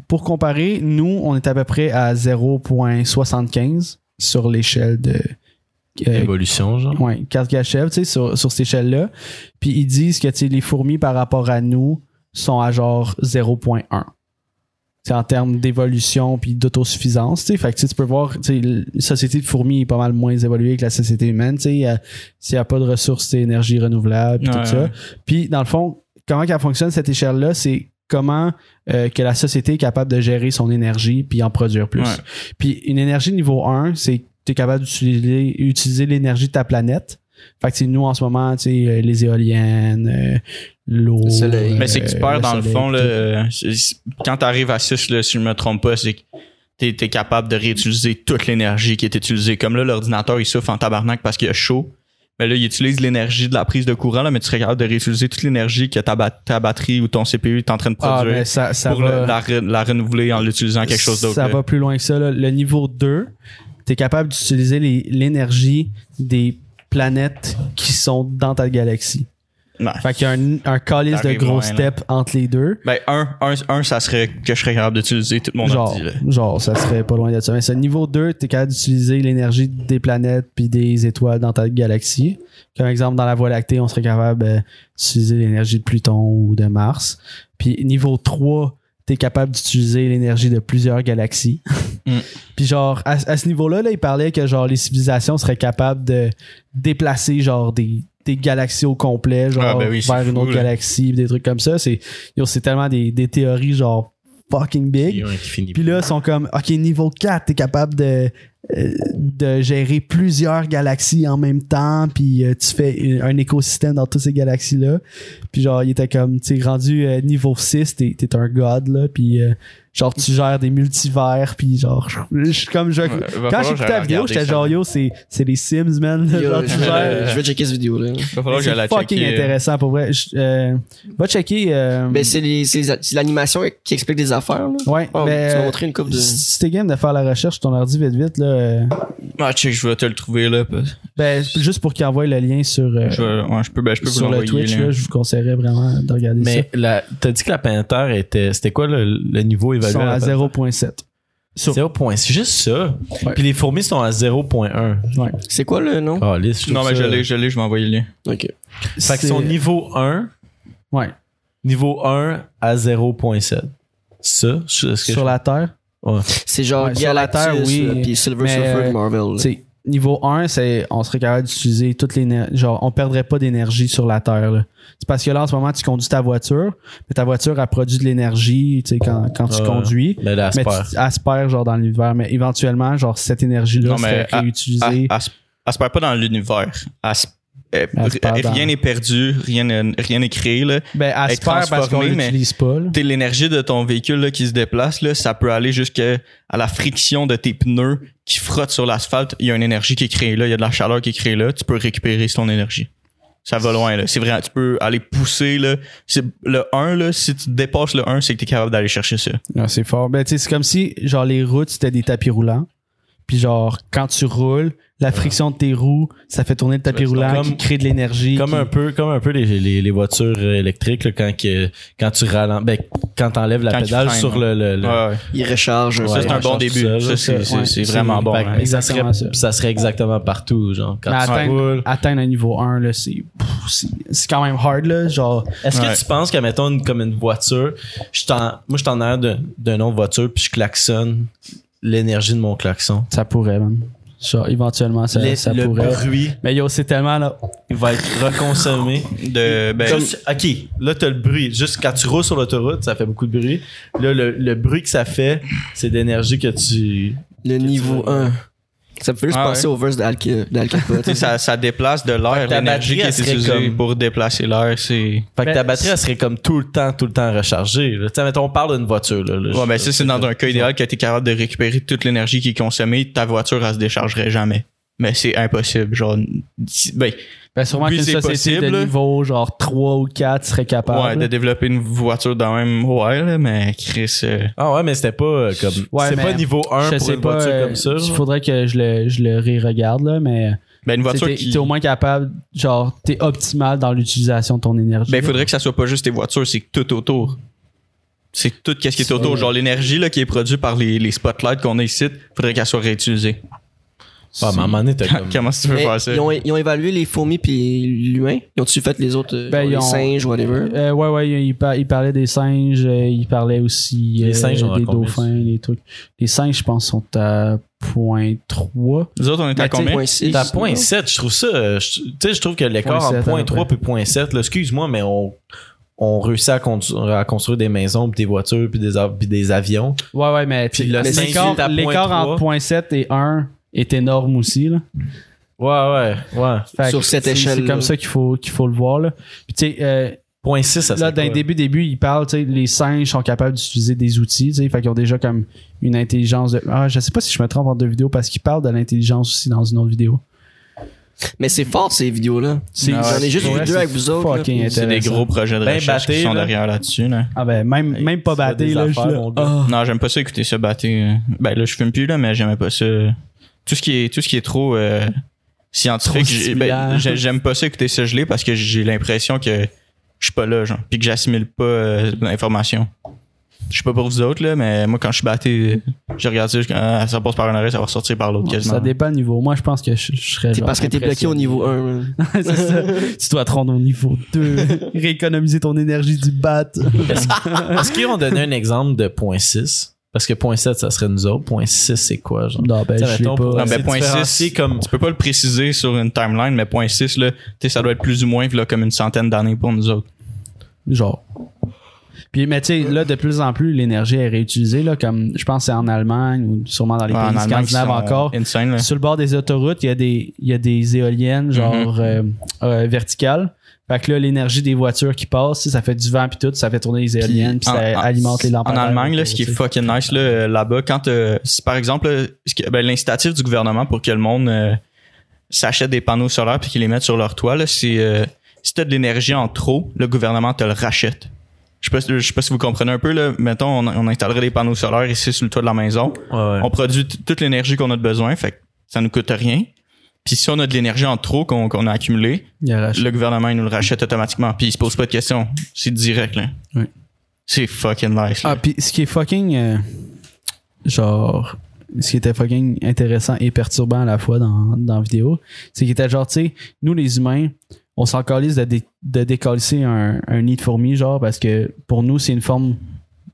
Speaker 4: pour comparer, nous, on est à peu près à 0.75 sur l'échelle de. euh,
Speaker 1: Évolution, genre.
Speaker 4: ouais, Kardashev, tu sais, sur, sur cette échelle-là. Puis ils disent que, tu sais, les fourmis par rapport à nous sont à genre 0.1. C'est en termes d'évolution puis d'autosuffisance, tu sais. Fait que, tu sais, tu peux voir, tu sais, la société de fourmis est pas mal moins évoluée que la société humaine, tu sais. euh, S'il n'y a pas de ressources, c'est énergie renouvelable puis
Speaker 3: Ouais.
Speaker 4: tout ça. Puis, dans le fond, comment qu'elle fonctionne, cette échelle-là, c'est comment euh, que la société est capable de gérer son énergie puis en produire plus.
Speaker 3: Ouais.
Speaker 4: Puis une énergie niveau 1, c'est que tu es capable d'utiliser utiliser l'énergie de ta planète. Fait que tu sais, nous en ce moment, tu sais, euh, les éoliennes, euh, l'eau. euh,
Speaker 2: Le soleil.
Speaker 3: Mais c'est que tu perds dans le
Speaker 4: soleil,
Speaker 3: fond, là,
Speaker 4: tout.
Speaker 3: euh, c'est- c'est- quand t'arrives à 6, là, si je me trompe pas, c'est que t'es t'es capable de réutiliser toute l'énergie qui est utilisée. Comme là, l'ordinateur, il souffle en tabarnak parce qu'il a chaud. Mais là, il utilise l'énergie de la prise de courant, là, mais tu serais capable de réutiliser toute l'énergie que ta, ba- ta batterie ou ton CPU est en train de
Speaker 4: Ah,
Speaker 3: produire
Speaker 4: mais ça, ça
Speaker 3: pour
Speaker 4: va,
Speaker 3: le- la, re- la renouveler en l'utilisant quelque chose d'autre.
Speaker 4: Ça
Speaker 3: là.
Speaker 4: va plus loin que ça. là. Le niveau 2, tu es capable d'utiliser les- l'énergie des planètes qui sont dans ta galaxie.
Speaker 3: Ouais.
Speaker 4: Fait qu'il y a un, un calice de
Speaker 3: T'arrives
Speaker 4: gros
Speaker 3: loin, là.
Speaker 4: steps entre les deux.
Speaker 3: Ben, un, un, un, ça serait que je serais capable d'utiliser tout mon
Speaker 4: Genre,
Speaker 3: ordi, là.
Speaker 4: genre, ça serait pas loin de ça. Mais ce niveau 2, t'es capable d'utiliser l'énergie des planètes puis des étoiles dans ta galaxie. Comme exemple, dans la Voie lactée, on serait capable euh, d'utiliser l'énergie de Pluton ou de Mars. Puis niveau 3, t'es capable d'utiliser l'énergie de plusieurs galaxies.
Speaker 3: <laughs> Mm.
Speaker 4: Puis genre, à, à ce niveau-là, là, il parlait que genre les civilisations seraient capables de déplacer genre des, des galaxies au complet, genre
Speaker 3: Ah, ben oui, c'est
Speaker 4: vers une
Speaker 3: fou,
Speaker 4: autre
Speaker 3: là.
Speaker 4: galaxie, puis des trucs comme ça. C'est yo, c'est tellement des, des théories genre fucking big.
Speaker 1: Il y a un qui finit.
Speaker 4: Puis là, ils sont comme, OK, niveau 4, t'es capable de, euh, de gérer plusieurs galaxies en même temps, puis euh, tu fais une- un écosystème dans toutes ces galaxies-là. Puis genre, il était comme, tu sais, rendu euh, niveau 6, t'es t'es un god, là, puis euh, Genre, tu gères des multivers, puis genre, je, je suis comme je-
Speaker 3: Ouais, va
Speaker 4: quand
Speaker 3: falloir
Speaker 4: j'ai
Speaker 3: que
Speaker 4: écouté
Speaker 3: j'aille
Speaker 4: la vidéo,
Speaker 3: regarder
Speaker 4: j'étais
Speaker 3: ça.
Speaker 4: genre, yo, c'est c'est les Sims, man. genre,
Speaker 2: Yo,
Speaker 4: tu euh, Mm.
Speaker 2: je,
Speaker 4: gères.
Speaker 2: vais, je vais checker cette vidéo-là.
Speaker 3: va falloir que j'aille
Speaker 4: C'est
Speaker 3: la
Speaker 4: fucking
Speaker 3: checker. euh.
Speaker 4: intéressant pour vrai. Je- euh, va checker. euh,
Speaker 2: Ben, c'est les- c'est les- c'est l'animation qui explique des affaires. Là.
Speaker 4: ouais,
Speaker 2: Oh,
Speaker 4: mais,
Speaker 2: tu m'as
Speaker 4: euh,
Speaker 2: montré une coupe de.
Speaker 4: si si t'es game de faire la recherche sur ton ordi vite vite là, euh,
Speaker 3: Ah, check, je vais te le trouver là. parce-
Speaker 4: ben juste pour qu'il envoie le lien sur euh,
Speaker 3: Je, vais- ouais, je peux, ben, je peux vous
Speaker 4: sur le
Speaker 3: l'envoyer,
Speaker 4: Twitch
Speaker 3: là.
Speaker 4: là, je vous conseillerais vraiment de regarder
Speaker 1: Mais la- t'as dit que la panthère était. C'était quoi le, le niveau
Speaker 4: ça. Ils
Speaker 1: évalué
Speaker 4: sont
Speaker 1: la
Speaker 4: à
Speaker 1: Panthère?
Speaker 4: 0.7. sur-
Speaker 1: 0.1. C'est juste ça.
Speaker 4: Ouais.
Speaker 1: Puis les fourmis sont à 0.1.
Speaker 4: Ouais.
Speaker 2: C'est quoi le nom?
Speaker 1: Ah, lisse, je
Speaker 3: Non,
Speaker 1: trouve
Speaker 3: mais je
Speaker 1: ça-
Speaker 3: l'ai, je l'ai, je vais envoyer le lien.
Speaker 2: Ok.
Speaker 1: Fait qu'ils sont
Speaker 4: C'est-
Speaker 1: niveau 1,
Speaker 4: ouais.
Speaker 1: niveau 1 à 0.7. Ça, c'est ce que
Speaker 4: sur
Speaker 1: je-
Speaker 4: la Terre.
Speaker 1: Ouais.
Speaker 2: C'est genre
Speaker 4: Ouais, sur la
Speaker 2: Galactus,
Speaker 4: Terre, oui,
Speaker 2: là, puis Silver
Speaker 4: mais,
Speaker 2: Surfer,
Speaker 4: euh,
Speaker 2: puis Marvel. là.
Speaker 4: Tu sais, niveau 1, c'est on serait capable d'utiliser toute l'énergie. Genre, on perdrait pas d'énergie sur la Terre. là. C'est parce que là, en ce moment, tu conduis ta voiture, mais ta voiture, elle produit de l'énergie tu sais, quand, quand tu
Speaker 3: Ah.
Speaker 1: Ouais.
Speaker 4: conduis.
Speaker 1: Mais là, elle se
Speaker 4: Mais
Speaker 1: perd.
Speaker 4: tu aspires genre dans l'univers, mais éventuellement, genre cette énergie-là
Speaker 3: Non, mais
Speaker 4: serait
Speaker 3: à-
Speaker 4: réutilisée.
Speaker 3: Ah, Elle- elle se- elle se perd pas dans l'univers. Elle se- euh,
Speaker 4: Elle se perd
Speaker 3: rien
Speaker 4: dans-
Speaker 3: n'est perdu, rien n'est rien n'est créé. Là.
Speaker 4: ben,
Speaker 3: est
Speaker 4: aspire parce qu'on
Speaker 3: transformée, mais-
Speaker 4: l'utilise pas. là.
Speaker 3: T'es- L'énergie de ton véhicule là, qui se déplace, là, ça peut aller jusqu'à à la friction de tes pneus qui frottent sur l'asphalte. Il y a une énergie qui est créée là, il y a de la chaleur qui est créée là. Tu peux récupérer ton énergie. Ça va loin. là. C'est vrai, tu peux aller pousser. Là. C'est- Le 1, là, si tu dépasses le 1, c'est que tu es capable d'aller chercher ça.
Speaker 4: Ah, c'est fort. Ben, tu sais, c'est comme si, genre, les routes, c'était des tapis roulants. Puis, genre, quand tu roules, la friction de tes roues, ça fait tourner le
Speaker 3: C'est
Speaker 4: tapis roulant
Speaker 1: comme-
Speaker 4: qui crée de l'énergie.
Speaker 1: Comme
Speaker 4: qui-
Speaker 1: un peu, comme un peu les, les, les voitures euh, électriques là, quand, que- quand tu ralentis, ben, quand t'enlèves la
Speaker 3: Quand ils
Speaker 1: pédale
Speaker 3: freinent,
Speaker 1: sur le, le- le-
Speaker 3: Ouais, ouais.
Speaker 2: Il recharge. euh,
Speaker 1: Ouais.
Speaker 3: Ça, c'est un bon
Speaker 1: Ouais.
Speaker 3: début.
Speaker 1: Ça,
Speaker 3: Ça, c'est-
Speaker 4: ça,
Speaker 3: c'est
Speaker 4: ouais.
Speaker 3: c'est vraiment bon.
Speaker 1: Fait que
Speaker 3: hein.
Speaker 1: ça
Speaker 4: Exactement
Speaker 1: serait,
Speaker 4: ça.
Speaker 1: ça serait exactement partout, genre quand
Speaker 4: Mais
Speaker 1: tu roules.
Speaker 4: atteindre, atteindre un niveau 1, là, c'est, pff, c'est, c'est quand même hard, là. Genre,
Speaker 1: Est-ce
Speaker 3: Ouais.
Speaker 1: que tu penses que mettons une- comme une voiture, je t'en, moi je suis en arrière d'un- d'une autre voiture puis je klaxonne l'énergie de mon klaxon.
Speaker 4: ça pourrait, man. Genre, éventuellement, ça,
Speaker 1: Le-
Speaker 4: ça
Speaker 1: le
Speaker 4: pourrait.
Speaker 1: bruit
Speaker 4: Mais yo, c'est tellement, là.
Speaker 1: il va être reconsommé.
Speaker 3: De, ben,
Speaker 1: Juste- ok, là t'as le bruit. Juste quand tu roules sur l'autoroute, ça fait beaucoup de bruit. Là, le, le bruit que ça fait, c'est d'énergie que tu.
Speaker 2: Le niveau 1. Ça me fait juste
Speaker 3: Ah,
Speaker 2: penser au verse d'Al d'Al
Speaker 4: <laughs>
Speaker 2: Capone.
Speaker 3: Tu sais, <laughs> ça, ça déplace de l'air,
Speaker 1: ta batterie,
Speaker 3: l'énergie qui
Speaker 1: elle
Speaker 3: est
Speaker 1: serait
Speaker 3: utilisée
Speaker 1: comme-
Speaker 3: pour déplacer l'air, c'est.
Speaker 1: Fait que
Speaker 4: Ben,
Speaker 1: ta batterie, elle serait comme tout le temps, tout le temps rechargée. là. Tu sais, mettons, on parle d'une voiture. Là, là,
Speaker 3: Ouais,
Speaker 1: je-
Speaker 3: ben ça, c'est dans un cas idéal que tu es capable de récupérer toute l'énergie qui est consommée, ta voiture, elle se déchargerait jamais. Mais c'est impossible. Genre, si- ben,
Speaker 4: Ben, sûrement
Speaker 3: Oui,
Speaker 4: qu'une
Speaker 3: c'est
Speaker 4: société
Speaker 3: possible,
Speaker 4: de
Speaker 3: là.
Speaker 4: niveau, genre, 3 ou 4 serait capable.
Speaker 3: ouais, de développer une voiture dans le même, ouais, là, mais Chris, euh,
Speaker 1: Ah ouais, mais c'était pas euh, comme.
Speaker 4: Ouais,
Speaker 1: c'est
Speaker 4: mais
Speaker 1: pas niveau 1
Speaker 4: je
Speaker 1: pour
Speaker 4: sais
Speaker 1: une
Speaker 4: pas.
Speaker 1: voiture
Speaker 4: euh,
Speaker 1: comme ça.
Speaker 4: Il
Speaker 1: genre.
Speaker 4: faudrait que je le, je le ré-regarde, là, mais.
Speaker 3: ben, une voiture
Speaker 4: T'es
Speaker 3: qui.
Speaker 4: t'es au moins capable, genre, t'es optimal dans l'utilisation de ton énergie.
Speaker 3: Ben, il faudrait que ça soit pas juste tes voitures, c'est tout autour. C'est tout quest ce qui est autour. Genre, l'énergie là, qui est produite par les, les spotlights qu'on a ici, faudrait qu'elle soit réutilisée. <laughs>
Speaker 1: Ouais, Ah, mais à un moment donné, t'as comme.
Speaker 3: Comment tu veux
Speaker 2: Mais
Speaker 3: faire ça?
Speaker 2: ils, ont, ils ont évalué les fourmis puis l'humain. Ils ont-tu fait les autres, euh,
Speaker 4: Ben,
Speaker 2: genre
Speaker 4: ils
Speaker 2: les
Speaker 4: ont-
Speaker 2: singes, whatever?
Speaker 4: Euh, ouais, ouais, il, il par- il parlait des singes, euh, il parlait aussi
Speaker 1: Les
Speaker 4: euh,
Speaker 1: singes, on en
Speaker 4: des
Speaker 1: combien,
Speaker 4: dauphins, les trucs. Les singes, je pense, sont à 0.3.
Speaker 3: Nous autres, on est
Speaker 2: Ben,
Speaker 3: à
Speaker 2: tu sais,
Speaker 3: combien?
Speaker 2: point six,
Speaker 1: T'as point 7, je trouve ça. euh, je- Tu sais, je trouve que l'écart
Speaker 4: Point
Speaker 1: entre
Speaker 4: sept, à
Speaker 1: point
Speaker 4: peu
Speaker 1: 3 puis point 7, là, excuse-moi, mais on, on réussit à, constru- à construire des maisons, puis des voitures, puis des, av- puis des avions.
Speaker 4: Ouais, ouais, mais
Speaker 1: Puis le
Speaker 4: mais
Speaker 1: singe,
Speaker 4: l'écart
Speaker 1: il est à
Speaker 4: l'écart
Speaker 1: 0.3.
Speaker 4: entre 0.7 et 1 est énorme aussi. Là.
Speaker 1: Ouais, ouais, ouais.
Speaker 4: Fait que
Speaker 2: Sur cette
Speaker 4: c'est-
Speaker 2: échelle-là.
Speaker 4: C'est comme ça qu'il faut, qu'il faut le voir. Là. Puis, tu sais, euh,
Speaker 1: Point 6, ça
Speaker 4: là,
Speaker 1: serait
Speaker 4: d'un
Speaker 1: quoi?
Speaker 4: début, début, ils parlent, tu sais, les singes sont capables d'utiliser des outils, tu sais, fait qu'ils ont déjà comme une intelligence de. Ah, je sais pas si je me trompe en deux vidéos parce qu'ils parlent de l'intelligence aussi dans une autre vidéo.
Speaker 2: Mais c'est fort, ces vidéos-là.
Speaker 4: C'est-
Speaker 3: Ah ouais,
Speaker 2: J'en ai juste
Speaker 4: pour
Speaker 2: vu
Speaker 4: vrai,
Speaker 2: deux
Speaker 4: c'est
Speaker 2: avec vous autres, là,
Speaker 4: fucking
Speaker 2: puis
Speaker 3: C'est des
Speaker 4: intéressant.
Speaker 3: gros projets de
Speaker 1: Ben
Speaker 3: recherche
Speaker 1: batté,
Speaker 3: qui sont
Speaker 1: là.
Speaker 3: derrière là-dessus. Là.
Speaker 4: Ah ben, même,
Speaker 1: Hey,
Speaker 4: même pas
Speaker 1: tu vois
Speaker 4: batté,
Speaker 1: des
Speaker 4: là. je
Speaker 1: affaires,
Speaker 4: suis là,
Speaker 1: mon gars.
Speaker 4: ah.
Speaker 3: Non, j'aime pas ça écouter ça batté. euh. Ben là, je fume plus, là, mais j'aimais pas ça. Tout ce qui est, tout ce qui est trop euh, scientifique,
Speaker 4: Trop
Speaker 3: j'ai-
Speaker 4: stimulant.
Speaker 3: ben, j'ai- j'aime pas ça écouter ça gelé parce que j'ai l'impression que je suis pas là, genre, puis que j'assimile pas euh, l'information. Je sais pas pour vous autres, là, mais moi, quand je suis batté, euh, je regarde ça, je- ah, ça passe par un oreille, ça va ressortir par
Speaker 4: Ah,
Speaker 3: l'autre quasiment.
Speaker 4: Ça dépend du niveau. Moi, je pense que je, je serais.
Speaker 2: C'est
Speaker 4: genre
Speaker 2: parce que t'es bloqué au niveau hein. 1.
Speaker 4: impressionné. <laughs> C'est ça. Tu dois te rendre au niveau
Speaker 2: <laughs>
Speaker 4: 2. Rééconomiser ton énergie du bat.
Speaker 1: Est-ce qu'ils ont donné un exemple de point 6? Parce que point 7, ça serait nous autres. Point 6, c'est quoi, genre?
Speaker 4: Non, ben,
Speaker 1: Tu sais,
Speaker 4: je l'ai
Speaker 1: mettons,
Speaker 4: pas.
Speaker 1: pour
Speaker 3: Non, ben,
Speaker 1: essayer de
Speaker 3: point six,
Speaker 1: différencier comme
Speaker 3: Tu peux pas le préciser sur une timeline, mais point 6, là, tu sais, ça doit être plus ou moins là, comme une centaine d'années pour nous autres.
Speaker 4: Genre. Puis, mais tu sais, là, de plus en plus, l'énergie est réutilisée, là, comme je pense que c'est en Allemagne ou sûrement dans les
Speaker 3: En
Speaker 4: pays
Speaker 3: Allemagne, ils
Speaker 4: scandinaves
Speaker 3: sont
Speaker 4: encore.
Speaker 3: Insane, là.
Speaker 4: Sur le bord des autoroutes, il y a des, il y a des éoliennes, genre
Speaker 3: Mhm.
Speaker 4: euh, euh, verticales. Fait que là, l'énergie des voitures qui passent, ça fait du vent puis tout, ça fait tourner les éoliennes, puis
Speaker 3: en-
Speaker 4: ça
Speaker 3: en-
Speaker 4: alimente les lampes.
Speaker 3: En
Speaker 4: à
Speaker 3: Allemagne,
Speaker 4: l'air, euh,
Speaker 3: là, ce qui est
Speaker 4: tu sais.
Speaker 3: fucking nice là, euh, là-bas, quand euh, si par exemple là, ce qui- ben, l'incitatif du gouvernement pour que le monde euh, s'achète des panneaux solaires puis qu'ils les mettent sur leur toit, là, c'est euh, si t'as de l'énergie en trop, le gouvernement te le rachète. Je sais pas, si- je sais pas si vous comprenez un peu là. Mettons, on, on installerait des panneaux solaires ici sur le toit de la maison.
Speaker 1: Ouais, ouais.
Speaker 3: On produit t- toute l'énergie qu'on a de besoin, fait que ça nous coûte rien. Puis si on a de l'énergie en trop qu'on qu'on a accumulée,
Speaker 4: Il y a la-
Speaker 3: le gouvernement il nous le rachète automatiquement puis il se pose pas de questions c'est direct là
Speaker 4: Oui.
Speaker 3: c'est fucking nice là.
Speaker 4: Ah, puis ce qui est fucking. euh, genre. Ce qui était fucking intéressant et perturbant à la fois dans, dans la vidéo, c'est qu'il était genre, tu sais, nous les humains, on s'en calisse de, dé- de décalisser un, un nid de fourmis, genre, parce que pour nous, c'est une forme.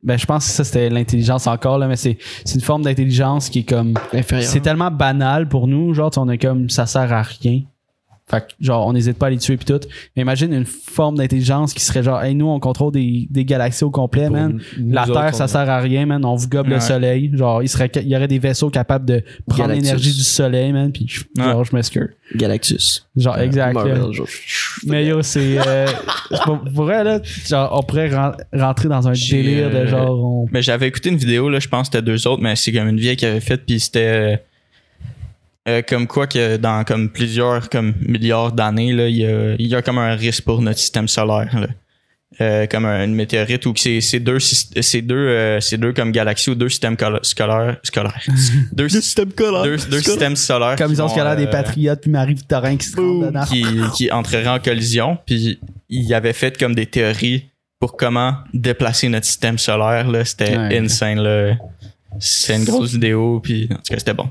Speaker 4: Ben, je pense que ça, c'était l'intelligence encore, là, mais c'est c'est une forme d'intelligence qui est comme.
Speaker 2: Inférieur.
Speaker 4: C'est tellement banal pour nous, genre, tu sais, on est comme, ça sert à rien. Fait que, genre, on n'hésite pas à les tuer puis tout. Mais imagine une forme d'intelligence qui serait genre, hey, nous, on contrôle des, des galaxies au complet,
Speaker 1: Pour
Speaker 4: man.
Speaker 1: nous
Speaker 4: La
Speaker 1: autres,
Speaker 4: Terre,
Speaker 1: on-
Speaker 4: ça sert à rien, man. On vous gobe le
Speaker 3: Ouais.
Speaker 4: soleil. Genre, il, serait, il y aurait des vaisseaux capables de prendre
Speaker 2: Galactus.
Speaker 4: l'énergie du soleil, man. Puis, je-
Speaker 3: Ouais.
Speaker 4: genre, je m'excuse.
Speaker 2: Galactus.
Speaker 4: Genre, exact.
Speaker 2: Marvel,
Speaker 4: là.
Speaker 2: genre.
Speaker 4: Mais yo, c'est.
Speaker 2: <laughs>
Speaker 4: euh, c'est pour, pour vrai, là, genre, on pourrait ren- rentrer dans un
Speaker 3: J'ai,
Speaker 4: délire de
Speaker 3: euh,
Speaker 4: genre. On...
Speaker 3: mais j'avais écouté une vidéo là je pense que c'était deux autres mais c'est comme une vieille qui avait faite puis c'était euh, euh, comme quoi que dans comme plusieurs comme milliards d'années là il y a, il y a comme un risque pour notre système solaire là. Euh, comme un- une météorite ou que ces ces deux syst- ces deux euh, ces deux comme galaxies ou deux systèmes colo- scolaires
Speaker 4: <laughs>
Speaker 3: scolaires deux, systèmes deux, deux systèmes solaires
Speaker 4: Comme
Speaker 3: qui
Speaker 4: ils ont
Speaker 3: vont,
Speaker 4: scalaire des
Speaker 3: euh,
Speaker 4: patriotes, puis Marie-Victorin qui se rendent dedans.
Speaker 3: qui, qui entrerait en collision. Puis il avait fait comme des théories pour comment déplacer notre système solaire. là. C'était
Speaker 4: Ouais.
Speaker 3: insane. Là. C'est une grosse vidéo. Puis en tout cas, c'était bon.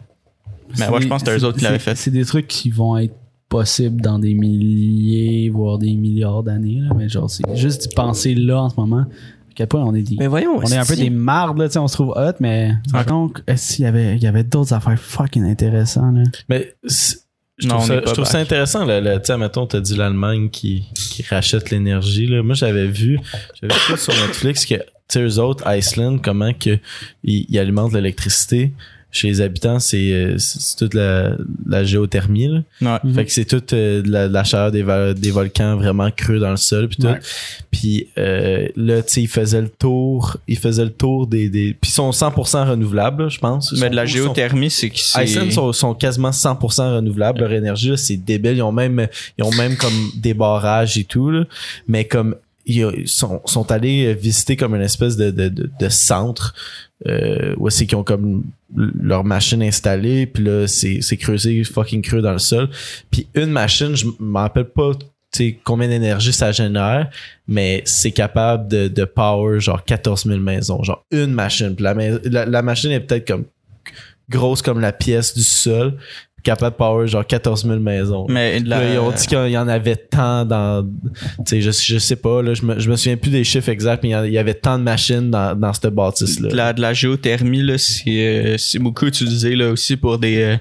Speaker 3: Mais ouais, je pense que c'était eux autres qui
Speaker 4: C'est-
Speaker 3: l'avaient fait.
Speaker 4: C'est des trucs qui vont être possibles dans des milliers, voire des milliards d'années. là, Mais genre, c'est juste d'y penser là en ce moment. À quel point on est des.
Speaker 2: Mais voyons,
Speaker 4: on est un peu des mardes, là, tu sais, on se trouve hot, mais. Mettons que, eh, s'il y avait, il y avait d'autres affaires fucking intéressantes, là.
Speaker 1: Mais c'est- je
Speaker 3: Non,
Speaker 1: trouve,
Speaker 3: on est
Speaker 1: ça,
Speaker 3: pas
Speaker 1: je trouve
Speaker 3: back.
Speaker 1: ça intéressant. Là, là, tu sais, mettons, t'as dit l'Allemagne qui, qui rachète l'énergie. là. Moi, j'avais vu, j'avais vu sur Netflix que, tu sais, eux autres, Iceland, comment que ils, ils alimentent l'électricité chez les habitants, c'est euh, c'est- c'est toute la, la géothermie. là.
Speaker 3: Ouais.
Speaker 4: Mhm.
Speaker 1: Fait que c'est toute euh, de la, de la chaleur des, val- des volcans vraiment creux dans le sol puis tout.
Speaker 4: Ouais.
Speaker 1: Puis euh, là, tu sais, ils faisaient le tour, ils faisaient le tour des, des puis ils sont 100% renouvelables, là, je pense. Ils
Speaker 3: Mais
Speaker 1: sont-
Speaker 3: de la
Speaker 1: ils sont
Speaker 3: géothermie, c'est que c'est.
Speaker 1: Iceland sont, sont quasiment 100% renouvelables. Leur énergie, là, c'est débile. Ils ont même, ils ont même comme des barrages et tout, là. Mais comme, ils sont, sont allés visiter comme une espèce de, de, de, de centre, euh, où c'est qu'ils ont comme leur machine installée, puis là, c'est, c'est creusé, fucking creux dans le sol. Puis une machine, je m'en rappelle pas, tu sais, combien d'énergie ça génère, mais c'est capable de, de power genre 14 000 maisons, genre une machine. Puis la, mais- la, la machine est peut-être comme grosse comme la pièce du sol, capable de power genre 14 000 maisons.
Speaker 3: Mais de la-
Speaker 1: Là, ils ont dit qu'il y en avait tant dans. Tu sais, je, je sais pas, là, je, me, je me souviens plus des chiffres exacts, mais il y en- il y avait tant de machines dans, dans cette bâtisse-là.
Speaker 3: de la, de la géothermie, là, c'est, euh, c'est beaucoup utilisé là, aussi pour des, euh,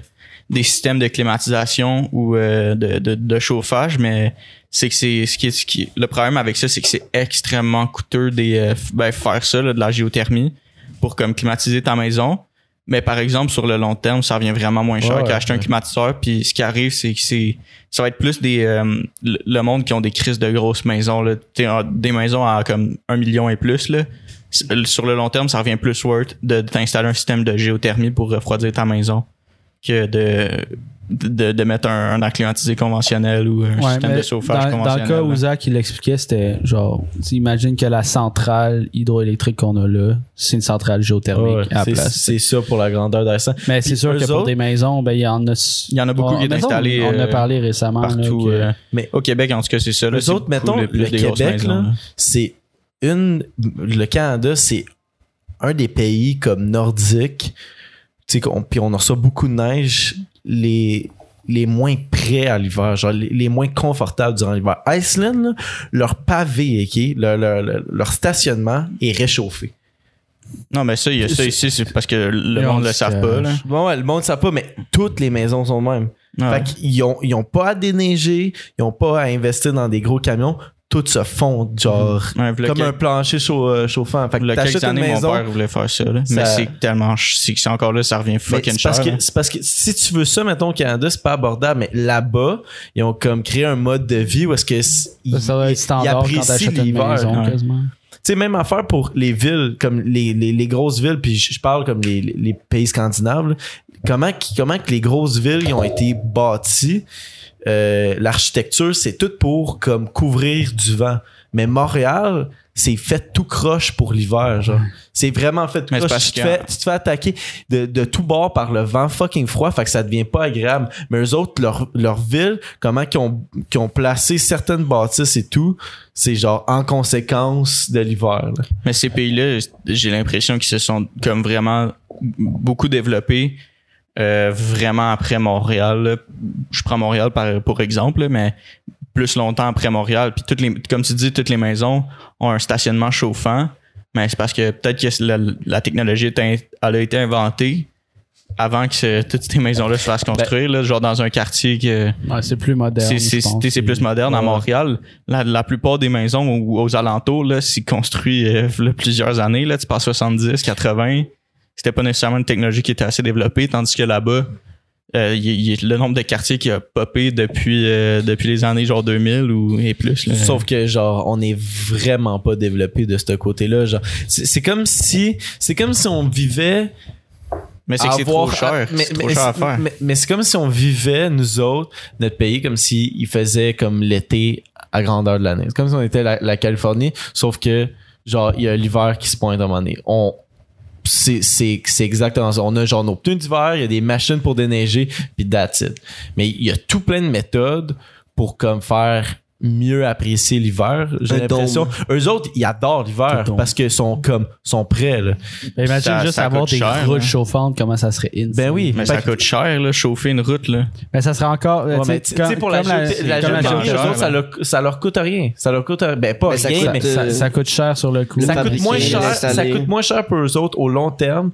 Speaker 3: des systèmes de climatisation ou euh, de, de, de chauffage, mais c'est que c'est ce qui, est- ce qui le problème avec ça, c'est que c'est extrêmement coûteux des euh, f- ben, faire ça là, de la géothermie pour comme climatiser ta maison. Mais par exemple, sur le long terme, ça revient vraiment moins cher
Speaker 1: Ouais,
Speaker 3: qu'acheter un
Speaker 1: ouais.
Speaker 3: climatiseur. Puis ce qui arrive, c'est que c'est ça va être plus des euh, le le monde qui ont des crises de grosses maisons là, T'sais, en- des maisons à comme un million et plus là. S- euh, Sur le long terme, ça revient plus worth de t'installer un système de géothermie pour refroidir ta maison que de de, de mettre un, un acclimatisé conventionnel ou un
Speaker 4: Ouais,
Speaker 3: système
Speaker 4: mais
Speaker 3: de chauffage
Speaker 4: dans, dans le
Speaker 3: conventionnel.
Speaker 4: cas où
Speaker 3: là.
Speaker 4: Zach il l'expliquait, c'était genre, tu imagines que la centrale hydroélectrique qu'on a là, c'est une centrale géothermique
Speaker 1: Ouais,
Speaker 4: à la
Speaker 1: c'est,
Speaker 4: place.
Speaker 1: c'est ça pour la grandeur d'Iceland.
Speaker 4: mais c'est sûr
Speaker 1: eux
Speaker 4: que pour
Speaker 1: autres-
Speaker 4: des maisons, ben, il y en a. Ah,
Speaker 3: Il y en a beaucoup qui est
Speaker 4: mais ça, on-
Speaker 3: installé,
Speaker 4: On, en a
Speaker 3: euh,
Speaker 4: parlé récemment. là,
Speaker 3: partout
Speaker 4: que-
Speaker 3: euh,
Speaker 1: Mais
Speaker 3: au Québec en tout cas c'est ça là,
Speaker 1: Eux
Speaker 3: c'est
Speaker 1: autres,
Speaker 3: beaucoup
Speaker 1: mettons,
Speaker 3: plus
Speaker 1: le
Speaker 3: des grosses
Speaker 1: Québec,
Speaker 3: maisons,
Speaker 1: là, c'est une. Le Canada, c'est un des pays comme nordique, tu sais, qu'on- puis on reçoit beaucoup de neige, les, les moins prêts à l'hiver, genre les, les moins confortables durant l'hiver. Iceland, là, leur pavé, ok, leur, leur- leur- leur stationnement est réchauffé.
Speaker 3: Non, mais ça, il y a ça ici, c'est parce que le
Speaker 4: Et on
Speaker 3: monde le
Speaker 4: se
Speaker 3: savent
Speaker 4: cache.
Speaker 3: pas. Là.
Speaker 1: Bon, ouais, le monde ne sait pas, mais toutes les maisons sont de même.
Speaker 3: Ouais.
Speaker 1: Fait qu'ils ont, ils ont pas à déneiger, ils ont pas à investir dans des gros camions. tout se fondre, genre.
Speaker 3: Ouais, v'là
Speaker 1: Comme
Speaker 3: quelques-
Speaker 1: un plancher chaud- euh, chauffant. Fait que
Speaker 3: v'là quelques
Speaker 1: t'achètes une
Speaker 3: années,
Speaker 1: maison.
Speaker 3: mon père voulait faire ça, là.
Speaker 1: Ça-
Speaker 3: Mais c'est tellement. ch- C'est que c'est encore là, ça revient
Speaker 1: Mais
Speaker 3: fucking
Speaker 1: c'est parce
Speaker 3: cher.
Speaker 1: que
Speaker 3: hein.
Speaker 1: c'est parce que si tu veux ça mettons au Canada c'est pas abordable mais là-bas ils ont comme créé un mode de vie où est-ce que s- ils,
Speaker 4: Ça, ça doit être
Speaker 1: ils-
Speaker 4: standard
Speaker 1: ils
Speaker 4: quand
Speaker 1: apprécient
Speaker 4: t'achètes une
Speaker 1: l'hiver.
Speaker 4: maison,
Speaker 3: ouais.
Speaker 4: quasiment.
Speaker 1: tu sais même affaire pour les villes comme les, les, les grosses villes puis je je parle comme les, les- les pays scandinaves là. comment qui- comment que les grosses villes ont été bâties euh, l'architecture c'est tout pour comme couvrir du vent mais Montréal c'est fait tout croche pour l'hiver genre c'est vraiment fait tout
Speaker 3: Mais c'est
Speaker 1: croche
Speaker 3: parce
Speaker 1: tu te
Speaker 3: que-
Speaker 1: fais tu te fais attaquer de, de tout bord par le vent fucking froid, fait que ça devient pas agréable. Mais eux autres, leur, leur ville, comment qu'ils ont, qu'ils ont placé certaines bâtisses et tout, c'est genre en conséquence de l'hiver. là.
Speaker 3: Mais ces pays-là, j'ai l'impression qu'ils se sont comme vraiment beaucoup développés euh, vraiment après Montréal. là. Je prends Montréal par, pour exemple, là, mais plus longtemps après Montréal. Puis toutes les, comme tu dis, toutes les maisons ont un stationnement chauffant. Mais c'est parce que peut-être que la, la technologie est in- elle a été inventée avant que ce- toutes ces maisons-là se fassent
Speaker 1: Ben,
Speaker 3: construire, là, genre dans un quartier que
Speaker 4: Ouais, c'est plus moderne.
Speaker 3: c'est- c'est
Speaker 4: je pense,
Speaker 3: c'est- c'est plus moderne à
Speaker 4: Ouais.
Speaker 3: Montréal. La, la plupart des maisons ou- aux alentours, là, c'est construit euh, v'là plusieurs années. Là, tu passes 70, 80. C'était pas nécessairement une technologie qui était assez développée, tandis que là-bas, euh, il y a- il y a le nombre de quartiers qui a popé depuis, euh, depuis les années genre 2000 ou et plus. là.
Speaker 1: Sauf que genre on est vraiment pas développé de ce côté-là. Genre c'est c'est comme si c'est comme si on vivait
Speaker 3: mais c'est que c'est
Speaker 1: avoir- Ah,
Speaker 3: trop cher.
Speaker 1: Mais,
Speaker 3: C'est trop
Speaker 1: mais-
Speaker 3: cher à faire.
Speaker 1: mais- mais c'est comme si on vivait, nous autres, notre pays, comme s'il faisait comme l'été à grandeur de l'année. C'est comme si on était la, la Californie, sauf que, genre, il y a l'hiver qui se pointe à un moment donné. On. C'est, c'est, c'est exactement ça. On a genre nos pneus d'hiver, il y a des machines pour déneiger, puis that's it. Mais il y a tout plein de méthodes pour comme faire mieux apprécier l'hiver. J'ai
Speaker 2: Un
Speaker 1: l'impression.
Speaker 2: dôme.
Speaker 1: Eux autres, ils adorent
Speaker 4: Un
Speaker 1: l'hiver
Speaker 4: dôme.
Speaker 1: parce que sont comme sont prêts. là.
Speaker 4: Ben, imagine
Speaker 3: Ça-
Speaker 4: juste
Speaker 3: ça
Speaker 4: avoir
Speaker 3: coûte
Speaker 4: des
Speaker 3: cher,
Speaker 4: routes
Speaker 3: hein.
Speaker 4: chauffantes, comment ça serait insane.
Speaker 1: Ben oui.
Speaker 3: Mais
Speaker 1: Fait
Speaker 3: ça coûte cher, là, chauffer une route. Là.
Speaker 4: Mais ça serait encore. euh,
Speaker 1: Ouais,
Speaker 4: tu sais,
Speaker 1: mais tu tu
Speaker 4: comme-
Speaker 1: sais, pour la,
Speaker 4: comme
Speaker 1: géo- la
Speaker 4: comme la
Speaker 3: géométrie,
Speaker 1: géométrie,
Speaker 4: géométrie,
Speaker 1: eux
Speaker 3: géométrie,
Speaker 1: autres, ça,
Speaker 3: ouais.
Speaker 1: leur, ça leur coûte rien. Ça leur coûte rien. Ben, pas
Speaker 2: Mais ça
Speaker 1: rien,
Speaker 2: coûte,
Speaker 1: mais
Speaker 4: ça,
Speaker 2: euh,
Speaker 4: ça coûte cher sur le coup.
Speaker 2: le
Speaker 1: ça
Speaker 3: euh,
Speaker 1: coûte
Speaker 2: fabriquer,
Speaker 1: moins cher.
Speaker 2: l'installer.
Speaker 1: Ça coûte moins cher pour eux autres au long terme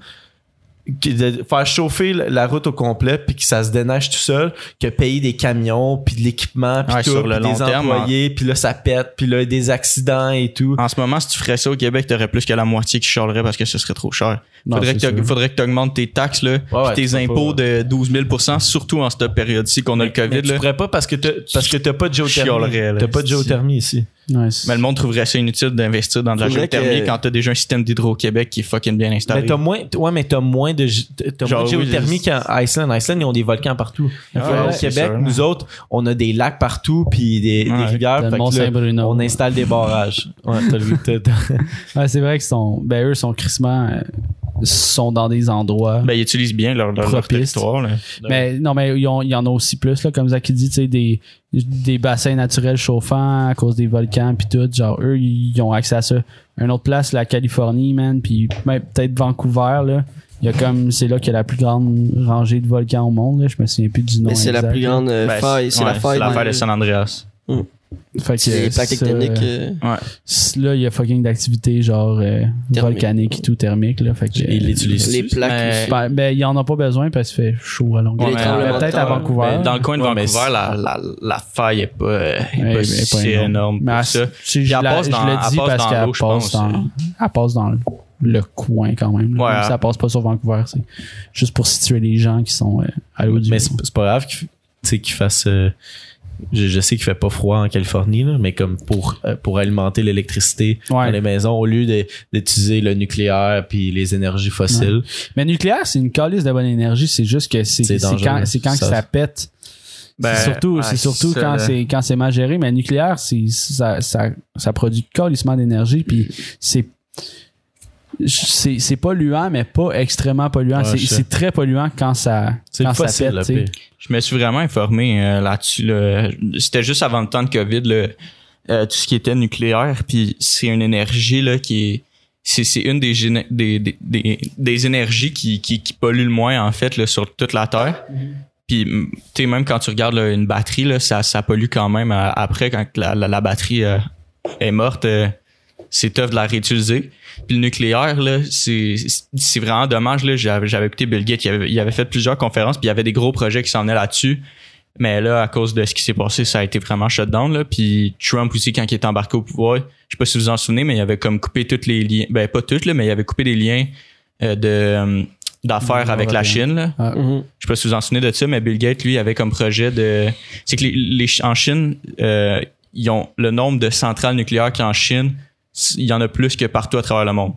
Speaker 1: que de faire chauffer la- la route au complet puis que ça se déneige tout seul que payer des camions puis de l'équipement puis
Speaker 3: Ouais,
Speaker 1: tout,
Speaker 3: sur le
Speaker 1: puis
Speaker 3: long
Speaker 1: des
Speaker 3: terme, hein. Ah,
Speaker 1: employés puis là ça pète puis là des accidents et tout
Speaker 3: En ce moment, si tu ferais ça au Québec, t'aurais plus que la moitié qui chialerait parce que ce serait trop cher.
Speaker 4: Non,
Speaker 3: faudrait,
Speaker 4: c'est
Speaker 3: que t'a-
Speaker 4: sûr.
Speaker 3: faudrait que tu augmentes tes taxes, là, puis
Speaker 1: ouais, tu
Speaker 3: tes
Speaker 1: peux
Speaker 3: impôts de 12 000 surtout en cette période-ci qu'on a le
Speaker 1: mais
Speaker 3: COVID.
Speaker 1: tu
Speaker 3: là.
Speaker 1: pourrais pas parce que t'as, parce que t'as pas de géothermie
Speaker 3: Chialerais, là,
Speaker 1: t'as pas de
Speaker 3: si.
Speaker 1: géothermie ici
Speaker 4: Nice.
Speaker 3: Mais le monde trouverait ça inutile d'investir dans de la
Speaker 2: Faudrait
Speaker 3: géothermie
Speaker 2: que-
Speaker 3: quand t'as déjà un système d'hydro-Québec qui est fucking bien installé.
Speaker 1: mais t'as moins t- ouais mais t'as moins de gé- t'as moins
Speaker 3: Genre,
Speaker 1: de
Speaker 3: oui,
Speaker 1: géothermie
Speaker 3: je-
Speaker 1: qu'en Islande en Islande ils ont des volcans partout
Speaker 4: Ah
Speaker 1: Fait
Speaker 4: ouais,
Speaker 1: au
Speaker 4: c'est
Speaker 1: Québec,
Speaker 3: sûr.
Speaker 1: nous autres, on a des lacs partout puis des, des
Speaker 3: Ouais.
Speaker 1: rivières.
Speaker 4: T'as le
Speaker 1: Fait que
Speaker 4: Mont
Speaker 1: là,
Speaker 4: Saint-Bruno.
Speaker 1: on installe des barrages. <laughs> Ouais, t'as le- t'as- <laughs> t'as-
Speaker 4: Ouais, c'est vrai qu'ils sont. Ben, eux sont crissement. euh, sont dans des endroits.
Speaker 3: Ben, ils utilisent bien leur, leur, leur
Speaker 4: Propice.
Speaker 3: territoire. là.
Speaker 4: mais non, mais il y en- il y en a aussi plus, là, comme Zach dit, tu sais, des, des bassins naturels chauffants à cause des volcans, puis tout. Genre, eux, ils ont accès à ça. Une autre place, la Californie, man, puis même peut-être Vancouver, là. Il y a comme, c'est là qu'il y a la plus grande rangée de volcans au monde, là. Je me souviens plus du nom.
Speaker 2: Mais c'est la
Speaker 4: exact,
Speaker 2: plus
Speaker 4: là.
Speaker 2: grande euh,
Speaker 3: Ben,
Speaker 2: faille. C'est
Speaker 3: ouais,
Speaker 2: la faille.
Speaker 3: l'affaire
Speaker 2: du-
Speaker 3: de San Andreas.
Speaker 4: Fait que,
Speaker 2: C'est les
Speaker 4: euh,
Speaker 2: plaques
Speaker 4: ça,
Speaker 2: tectoniques. euh,
Speaker 3: Ouais.
Speaker 4: c- Là, il y a fucking d'activités, genre, euh, volcaniques et tout, thermiques, là. Fait que. euh,
Speaker 1: Ils l'utilisent.
Speaker 2: Les plaques.
Speaker 3: Mais-
Speaker 2: aussi.
Speaker 4: Ben, ben, il y en a pas besoin parce qu'il fait chaud à longueur.
Speaker 3: Ouais, mais-
Speaker 4: Mais Peut-être à
Speaker 2: Ouais,
Speaker 4: Vancouver.
Speaker 3: Mais Ben, dans le coin de
Speaker 1: Ouais, mais
Speaker 3: Vancouver,
Speaker 1: c'est-
Speaker 3: la, la, la faille est pas, euh, est
Speaker 4: Ouais,
Speaker 3: pas
Speaker 4: mais
Speaker 3: si
Speaker 4: pas
Speaker 3: énorme,
Speaker 4: Mais
Speaker 3: pour
Speaker 4: elle-
Speaker 3: ça.
Speaker 4: Je, je
Speaker 3: Puis elle
Speaker 4: la-
Speaker 3: passe
Speaker 4: je
Speaker 3: dans-
Speaker 4: le dis
Speaker 3: elle passe
Speaker 4: parce
Speaker 3: dans
Speaker 4: qu'elle
Speaker 3: l'eau, je pense.
Speaker 4: passe dans, elle passe dans le, le coin quand même. là.
Speaker 3: Ouais,
Speaker 4: Même si
Speaker 3: elle-
Speaker 4: Ça passe pas sur Vancouver. C'est juste pour situer les gens qui sont euh, à l'eau du
Speaker 1: mais c'est c'est pas grave qu'il tu sais, qu'il fasse. euh, je, je sais qu'il fait pas froid en Californie, là, mais comme pour, euh, pour alimenter l'électricité
Speaker 4: Ouais.
Speaker 1: dans les maisons, au lieu de- d'utiliser le nucléaire puis les énergies fossiles.
Speaker 4: Mais nucléaire, c'est une calice de bonne énergie. C'est juste que c'est
Speaker 1: C'est
Speaker 4: c'est
Speaker 1: dangereux,
Speaker 4: quand, c'est quand
Speaker 1: ça.
Speaker 4: que ça pète.
Speaker 3: Ben,
Speaker 4: c'est surtout,
Speaker 3: ouais,
Speaker 4: c'est surtout
Speaker 3: ça,
Speaker 4: quand
Speaker 3: là.
Speaker 4: c'est quand c'est mal géré. Mais nucléaire, c'est ça, ça, ça produit calissement d'énergie. Puis c'est c'est c'est polluant, mais pas extrêmement polluant.
Speaker 1: Ouais,
Speaker 4: c'est
Speaker 1: je sais.
Speaker 4: c'est très polluant quand ça
Speaker 1: C'est
Speaker 4: quand
Speaker 1: facile,
Speaker 4: ça pète.
Speaker 1: le
Speaker 4: tu sais.
Speaker 1: pire.
Speaker 3: Je me suis vraiment informé euh, là-dessus. là. C'était juste avant le temps de COVID, là, euh, tout ce qui était nucléaire. Puis c'est une énergie là, qui est. C'est, c'est une des, géné- des, des, des, des énergies qui, qui, qui pollue le moins, en fait, là, sur toute la Terre. Puis, mm, tu sais, même quand tu regardes là, une batterie, là, ça, ça pollue quand même. euh, après, quand la, la, la batterie euh, est morte, euh, c'est tough de la réutiliser. Puis le nucléaire, là, c'est c'est vraiment dommage. Là. J'avais, j'avais écouté Bill Gates, il avait, il avait fait plusieurs conférences, puis il y avait des gros projets qui s'en venaient là-dessus. Mais là, à cause de ce qui s'est passé, ça a été vraiment shutdown. Là. Puis Trump aussi, quand il est embarqué au pouvoir, je sais pas si vous vous en souvenez, mais il avait comme coupé tous les liens. Ben, pas tous, là, mais il avait coupé les liens euh, de, euh, d'affaires
Speaker 4: Ouais,
Speaker 3: avec la
Speaker 4: ouais.
Speaker 3: Chine. Là.
Speaker 2: Mhm.
Speaker 3: Je sais pas si vous vous en souvenez de ça, mais Bill Gates, lui, avait comme projet de. C'est que les, les- en Chine, euh, ils ont le nombre de centrales nucléaires qu'il y a en Chine, s- il y en a plus que partout à travers le monde.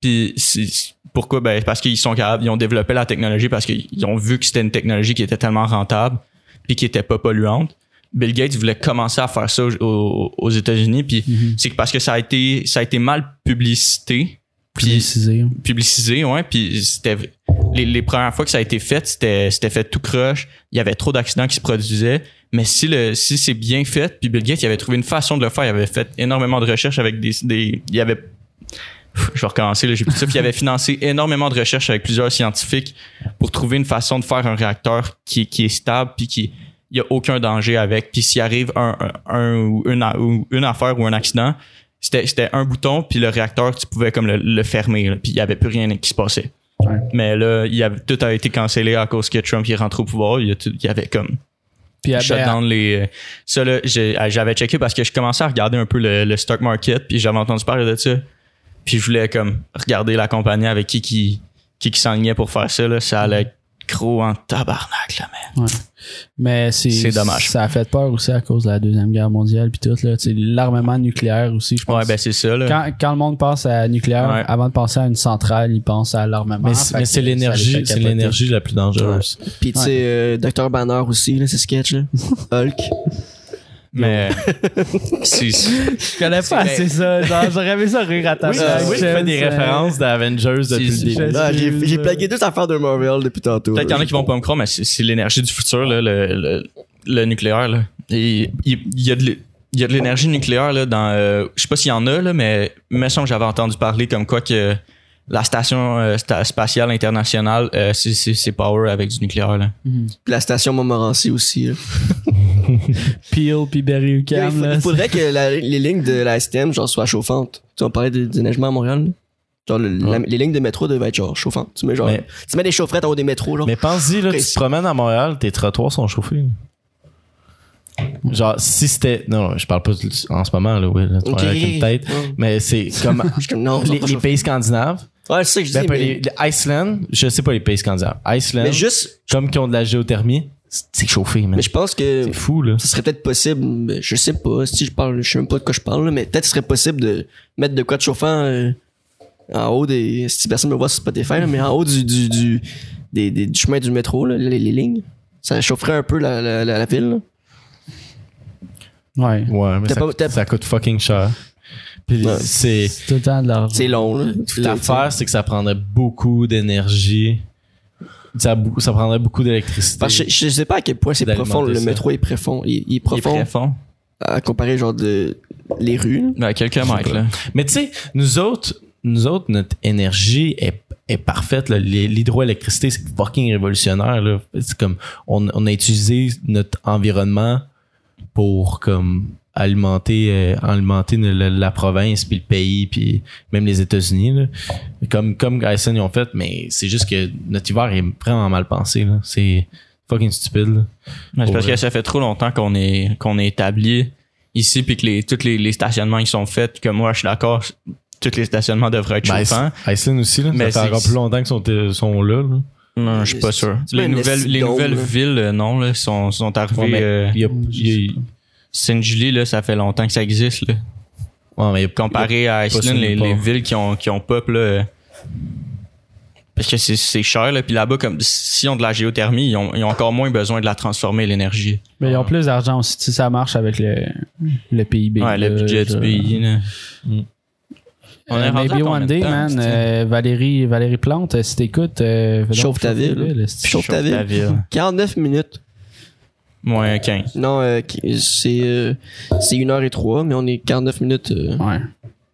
Speaker 3: Puis c'est- pourquoi? Ben, parce qu'ils sont capables, ils ont développé la technologie parce qu'ils ont vu que c'était une technologie qui était tellement rentable puis qui était pas polluante. Bill Gates voulait commencer à faire ça aux, aux- aux États-Unis, puis c'est que parce que ça a été, ça a été mal publicité. Puis
Speaker 4: Précisé.
Speaker 3: publicisé, ouais. Puis c'était les, les premières fois que ça a été fait, c'était c'était fait tout croche. Il y avait trop d'accidents qui se produisaient. Mais si le si c'est bien fait, puis Bill Gates, il avait trouvé une façon de le faire. Il avait fait énormément de recherches avec des, des il avait je vais recommencer, là, j'ai plus ça. Puis il avait financé énormément de recherches avec plusieurs scientifiques pour trouver une façon de faire un réacteur qui, qui est stable puis qui il y a aucun danger avec. Puis s'il arrive un, un- un ou, une, a- ou une affaire ou un accident, c'était c'était un bouton puis le réacteur tu pouvais comme le, le fermer là, puis il y avait plus rien qui se passait.
Speaker 4: Ouais.
Speaker 3: Mais là, il y avait, tout a été cancellé à cause que Trump il est rentré au pouvoir. Il y, a tout- il y avait comme
Speaker 4: Puis ah, ben,
Speaker 3: shutdown les. euh, Ça là, j'ai- euh, j'avais checké parce que je commençais à regarder un peu le, le stock market puis j'avais entendu parler de ça. Puis je voulais comme regarder la compagnie avec qui qui qui, qui s'enlignait pour faire ça là, ça allait être gros en tabarnak là, man.
Speaker 4: Mais c'est,
Speaker 3: C'est dommage.
Speaker 4: Ça a fait peur aussi à cause de la Deuxième Guerre mondiale puis tout. Là, Tu sais, l'armement nucléaire aussi, je pense.
Speaker 3: Ouais, ben c'est ça là.
Speaker 4: quand, quand le monde pense à nucléaire,
Speaker 3: Ouais.
Speaker 4: avant de penser à une centrale, il pense à l'armement.
Speaker 1: Mais,
Speaker 4: Fait
Speaker 1: c'est- mais
Speaker 4: que
Speaker 1: c'est
Speaker 4: ça les fait
Speaker 1: l'énergie, c'est
Speaker 4: capoter. <laughs>
Speaker 1: l'énergie la plus dangereuse.
Speaker 2: Puis tu sais, euh, Dr. Banner aussi, là, c'est sketch,
Speaker 4: <laughs>
Speaker 2: là. Hulk.
Speaker 3: Mais <laughs> c'est
Speaker 4: Je connais pas
Speaker 3: Mais-
Speaker 4: assez ça. Genre, j'aurais aimé ça rire à ta
Speaker 1: Oui,
Speaker 4: blague,
Speaker 1: oui, tu
Speaker 4: James,
Speaker 1: fais des
Speaker 4: euh,
Speaker 1: références d'Avengers depuis
Speaker 3: c'est-
Speaker 1: le début.
Speaker 4: Parce
Speaker 2: Là,
Speaker 4: que-
Speaker 2: j'ai j'ai plaqué deux affaires de Marvel depuis tantôt.
Speaker 3: Peut-être qu'il y en a qui vont pas me croire, mais c'est c'est l'énergie du futur, là, le, le- le nucléaire. là. Et il il y a de l'é- il y a de l'énergie nucléaire là, dans. euh, je sais pas s'il y en a, là, mais il me semble que j'avais entendu parler comme quoi que la station euh, sta- spatiale internationale, euh, c'est- c'est c'est power avec du nucléaire. Là.
Speaker 2: La station Montmorency aussi, là.
Speaker 4: Peel puis Berry
Speaker 2: Il
Speaker 4: Ucam.
Speaker 2: faut- il faudrait que la- les lignes de la STM genre, soient chauffantes. Tu sais, on parlait de déneigement à Montréal. là. Genre, le- la- les lignes de métro devaient être genre chauffantes. Tu mets, genre,
Speaker 1: Mais-
Speaker 2: tu mets des chaufferettes en haut des métros. Genre.
Speaker 1: Mais pense-y, là, tu te promènes à Montréal, tes trottoirs sont chauffés. là. Genre, si c'était. Non, je parle pas du- en ce moment, là, oui, là, tu
Speaker 2: Ok.
Speaker 1: parles avec une tête.
Speaker 2: Ouais.
Speaker 1: Mais c'est comme
Speaker 2: <laughs> Je suis comme, non, ils sont
Speaker 1: les,
Speaker 2: pas
Speaker 1: les
Speaker 2: chauffés.
Speaker 1: pays scandinaves.
Speaker 2: Ouais, c'est ça que je
Speaker 1: Ben,
Speaker 2: dis.
Speaker 1: peu-
Speaker 2: mais,
Speaker 1: les- les Iceland, je sais pas les pays scandinaves. Iceland,
Speaker 2: mais juste,
Speaker 1: comme qui ont de la géothermie, c'est c'est chauffé, man.
Speaker 2: mais je pense que
Speaker 1: C'est fou, là.
Speaker 2: ce serait peut-être possible, mais je sais pas, si je parle, je sais même pas de quoi je parle, là, mais peut-être ce serait possible de mettre de quoi de chauffant euh, en haut des. Si personne me voit sur Spotify, là, mais en haut du, du, du, des, des- du chemin du métro, là, les, les lignes. Ça chaufferait un peu la, la, la- la ville. là.
Speaker 4: Ouais.
Speaker 1: Ouais, mais
Speaker 2: T'as
Speaker 1: ça,
Speaker 2: pas- t'as-
Speaker 1: ça coûte fucking cher. Puis
Speaker 2: Ouais.
Speaker 1: c'est.
Speaker 4: C'est tout le temps de l'argent.
Speaker 2: C'est long, là.
Speaker 1: L'affaire, c'est que ça prendrait beaucoup d'énergie. Ça, bou- ça prendrait beaucoup d'électricité.
Speaker 2: Parce que je, je sais pas à quel point c'est
Speaker 1: D'alimenter
Speaker 2: profond, le
Speaker 1: ça.
Speaker 2: métro est profond. Il, il est
Speaker 3: Il est
Speaker 2: profond
Speaker 3: très fond.
Speaker 2: à comparer genre de les rues. là.
Speaker 3: Ben, quelques mètres. Là.
Speaker 1: Mais tu sais, nous autres, nous autres, notre énergie est, est parfaite. là. L'hy- L'hydroélectricité, c'est fucking révolutionnaire. là. C'est comme on, on a utilisé notre environnement pour comme alimenter euh, alimenter le- le- la province puis le pays puis même les États-Unis là. comme comme Tyson ils ont fait mais c'est juste que notre hiver est vraiment mal pensé là. c'est fucking stupide là.
Speaker 3: Mais c'est
Speaker 1: Pour
Speaker 3: parce
Speaker 1: vrai.
Speaker 3: que ça fait trop longtemps qu'on est qu'on est établi ici puis que les tous les, les stationnements qui sont faits, que moi je suis d'accord, tous les stationnements devraient être
Speaker 1: Ben,
Speaker 3: chauffants.
Speaker 1: Ice- Iceland aussi, là.
Speaker 3: Mais
Speaker 1: ça
Speaker 3: c'est-
Speaker 1: fait encore plus longtemps qu'ils sont, euh, sont là. là.
Speaker 3: Non, je suis Euh, pas
Speaker 2: C'est-
Speaker 3: sûr.
Speaker 2: c'est pas
Speaker 3: Les
Speaker 2: une
Speaker 3: nouvelles,
Speaker 2: estime
Speaker 3: les
Speaker 2: d'onde,
Speaker 3: nouvelles
Speaker 2: là.
Speaker 3: villes, euh, non, là, sont, sont arrivées.
Speaker 1: Ouais, mais
Speaker 3: euh,
Speaker 1: Il y a-
Speaker 4: Ouais, je
Speaker 1: il y a-
Speaker 3: Sainte-Julie, là, ça fait longtemps que ça existe. Là.
Speaker 1: ouais, mais il y a-
Speaker 3: Comparé à
Speaker 1: sur
Speaker 3: Iceland,
Speaker 1: nulle
Speaker 3: les,
Speaker 1: part.
Speaker 3: les villes qui ont, qui ont pop, là, euh, parce que c'est- c'est cher, là. Puis là-bas, comme s'ils ont de la géothermie, ils ont, ils ont encore moins besoin de la transformer, l'énergie.
Speaker 4: Mais ils ont plus d'argent aussi. Tu sais, ça marche avec le, le PIB.
Speaker 3: Ouais, le
Speaker 4: là,
Speaker 3: budget du
Speaker 4: genre.
Speaker 3: pays. là. On est
Speaker 4: Euh,
Speaker 3: rendu à
Speaker 4: maybe
Speaker 3: combien
Speaker 4: one
Speaker 3: de
Speaker 4: day,
Speaker 3: temps,
Speaker 4: man.
Speaker 3: c'est-tu?
Speaker 4: euh, Valérie, Valérie Plante, euh, si t'écoutes, euh, fais donc
Speaker 2: Chauffe ta
Speaker 4: chauffer
Speaker 2: ville.
Speaker 4: la
Speaker 2: Puis
Speaker 4: c'est-
Speaker 2: chauffe ta ville. 49 minutes.
Speaker 3: Moins 15.
Speaker 2: Non, euh, qui- c'est euh, c'est 1 heure et 3, mais on est 49 minutes. euh,
Speaker 4: Ouais.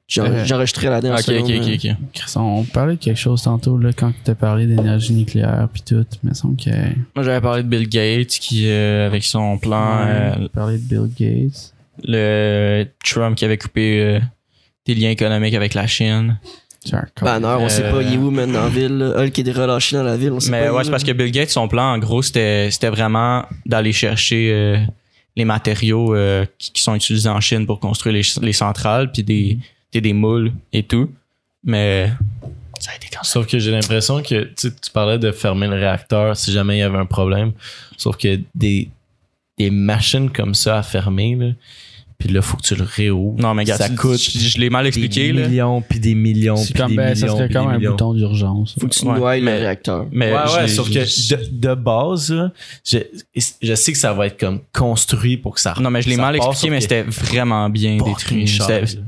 Speaker 2: j'ai
Speaker 4: Euh,
Speaker 2: j'ai enregistré la
Speaker 3: Ok,
Speaker 2: dernière
Speaker 3: ok,
Speaker 2: seconde,
Speaker 3: ok.
Speaker 2: euh.
Speaker 3: ok.
Speaker 4: Chris, on parlait de quelque chose tantôt, là, quand t'as parlé d'énergie nucléaire, puis tout. Mais il me semble que.
Speaker 3: Moi, j'avais parlé de Bill Gates qui, euh, avec son plan, euh,
Speaker 4: Ouais, parler de Bill Gates.
Speaker 3: le Trump qui avait coupé euh, des liens économiques avec la Chine.
Speaker 4: C'est un con.
Speaker 2: Banner, on sait
Speaker 3: Euh,
Speaker 2: pas, il est où, man, en ville. là. Hulk est relâché dans la ville, on sait
Speaker 3: Mais
Speaker 2: pas.
Speaker 3: ouais, c'est parce que Bill Gates, son plan, en gros, c'était c'était vraiment d'aller chercher euh, les matériaux euh, qui, qui sont utilisés en Chine pour construire les, les centrales, puis
Speaker 1: Mhm.
Speaker 3: des, des, des moules et tout. Mais ça a été quand
Speaker 1: Sauf que j'ai l'impression que tu sais, tu parlais de fermer le réacteur si jamais il y avait un problème. Sauf que des, des machines comme ça à fermer, là, puis là, faut que tu le réouvres.
Speaker 3: Non, mais gars,
Speaker 1: ça
Speaker 3: tu-
Speaker 1: coûte
Speaker 3: tu- Je, l'ai mal expliqué,
Speaker 1: des
Speaker 3: là.
Speaker 1: millions, puis des millions,
Speaker 4: C'est
Speaker 1: puis
Speaker 4: comme,
Speaker 1: des
Speaker 4: ben, ça
Speaker 1: millions,
Speaker 4: serait
Speaker 1: puis des
Speaker 4: comme un
Speaker 1: millions.
Speaker 4: bouton d'urgence.
Speaker 2: Faut que tu
Speaker 3: Ouais,
Speaker 2: noies le
Speaker 3: mais-
Speaker 2: réacteur.
Speaker 3: Mais
Speaker 1: ouais,
Speaker 3: je
Speaker 1: ouais,
Speaker 3: l'ai-
Speaker 1: sauf
Speaker 3: je-
Speaker 1: que de, de base, là, je, je sais que ça va être comme construit pour que ça
Speaker 3: Non, mais je l'ai
Speaker 1: ça
Speaker 3: mal
Speaker 1: repart,
Speaker 3: expliqué,
Speaker 1: sauf
Speaker 3: mais
Speaker 1: que
Speaker 3: c'était vraiment bien
Speaker 1: fucking
Speaker 3: détruit.
Speaker 1: cher,
Speaker 3: C'était-
Speaker 1: là.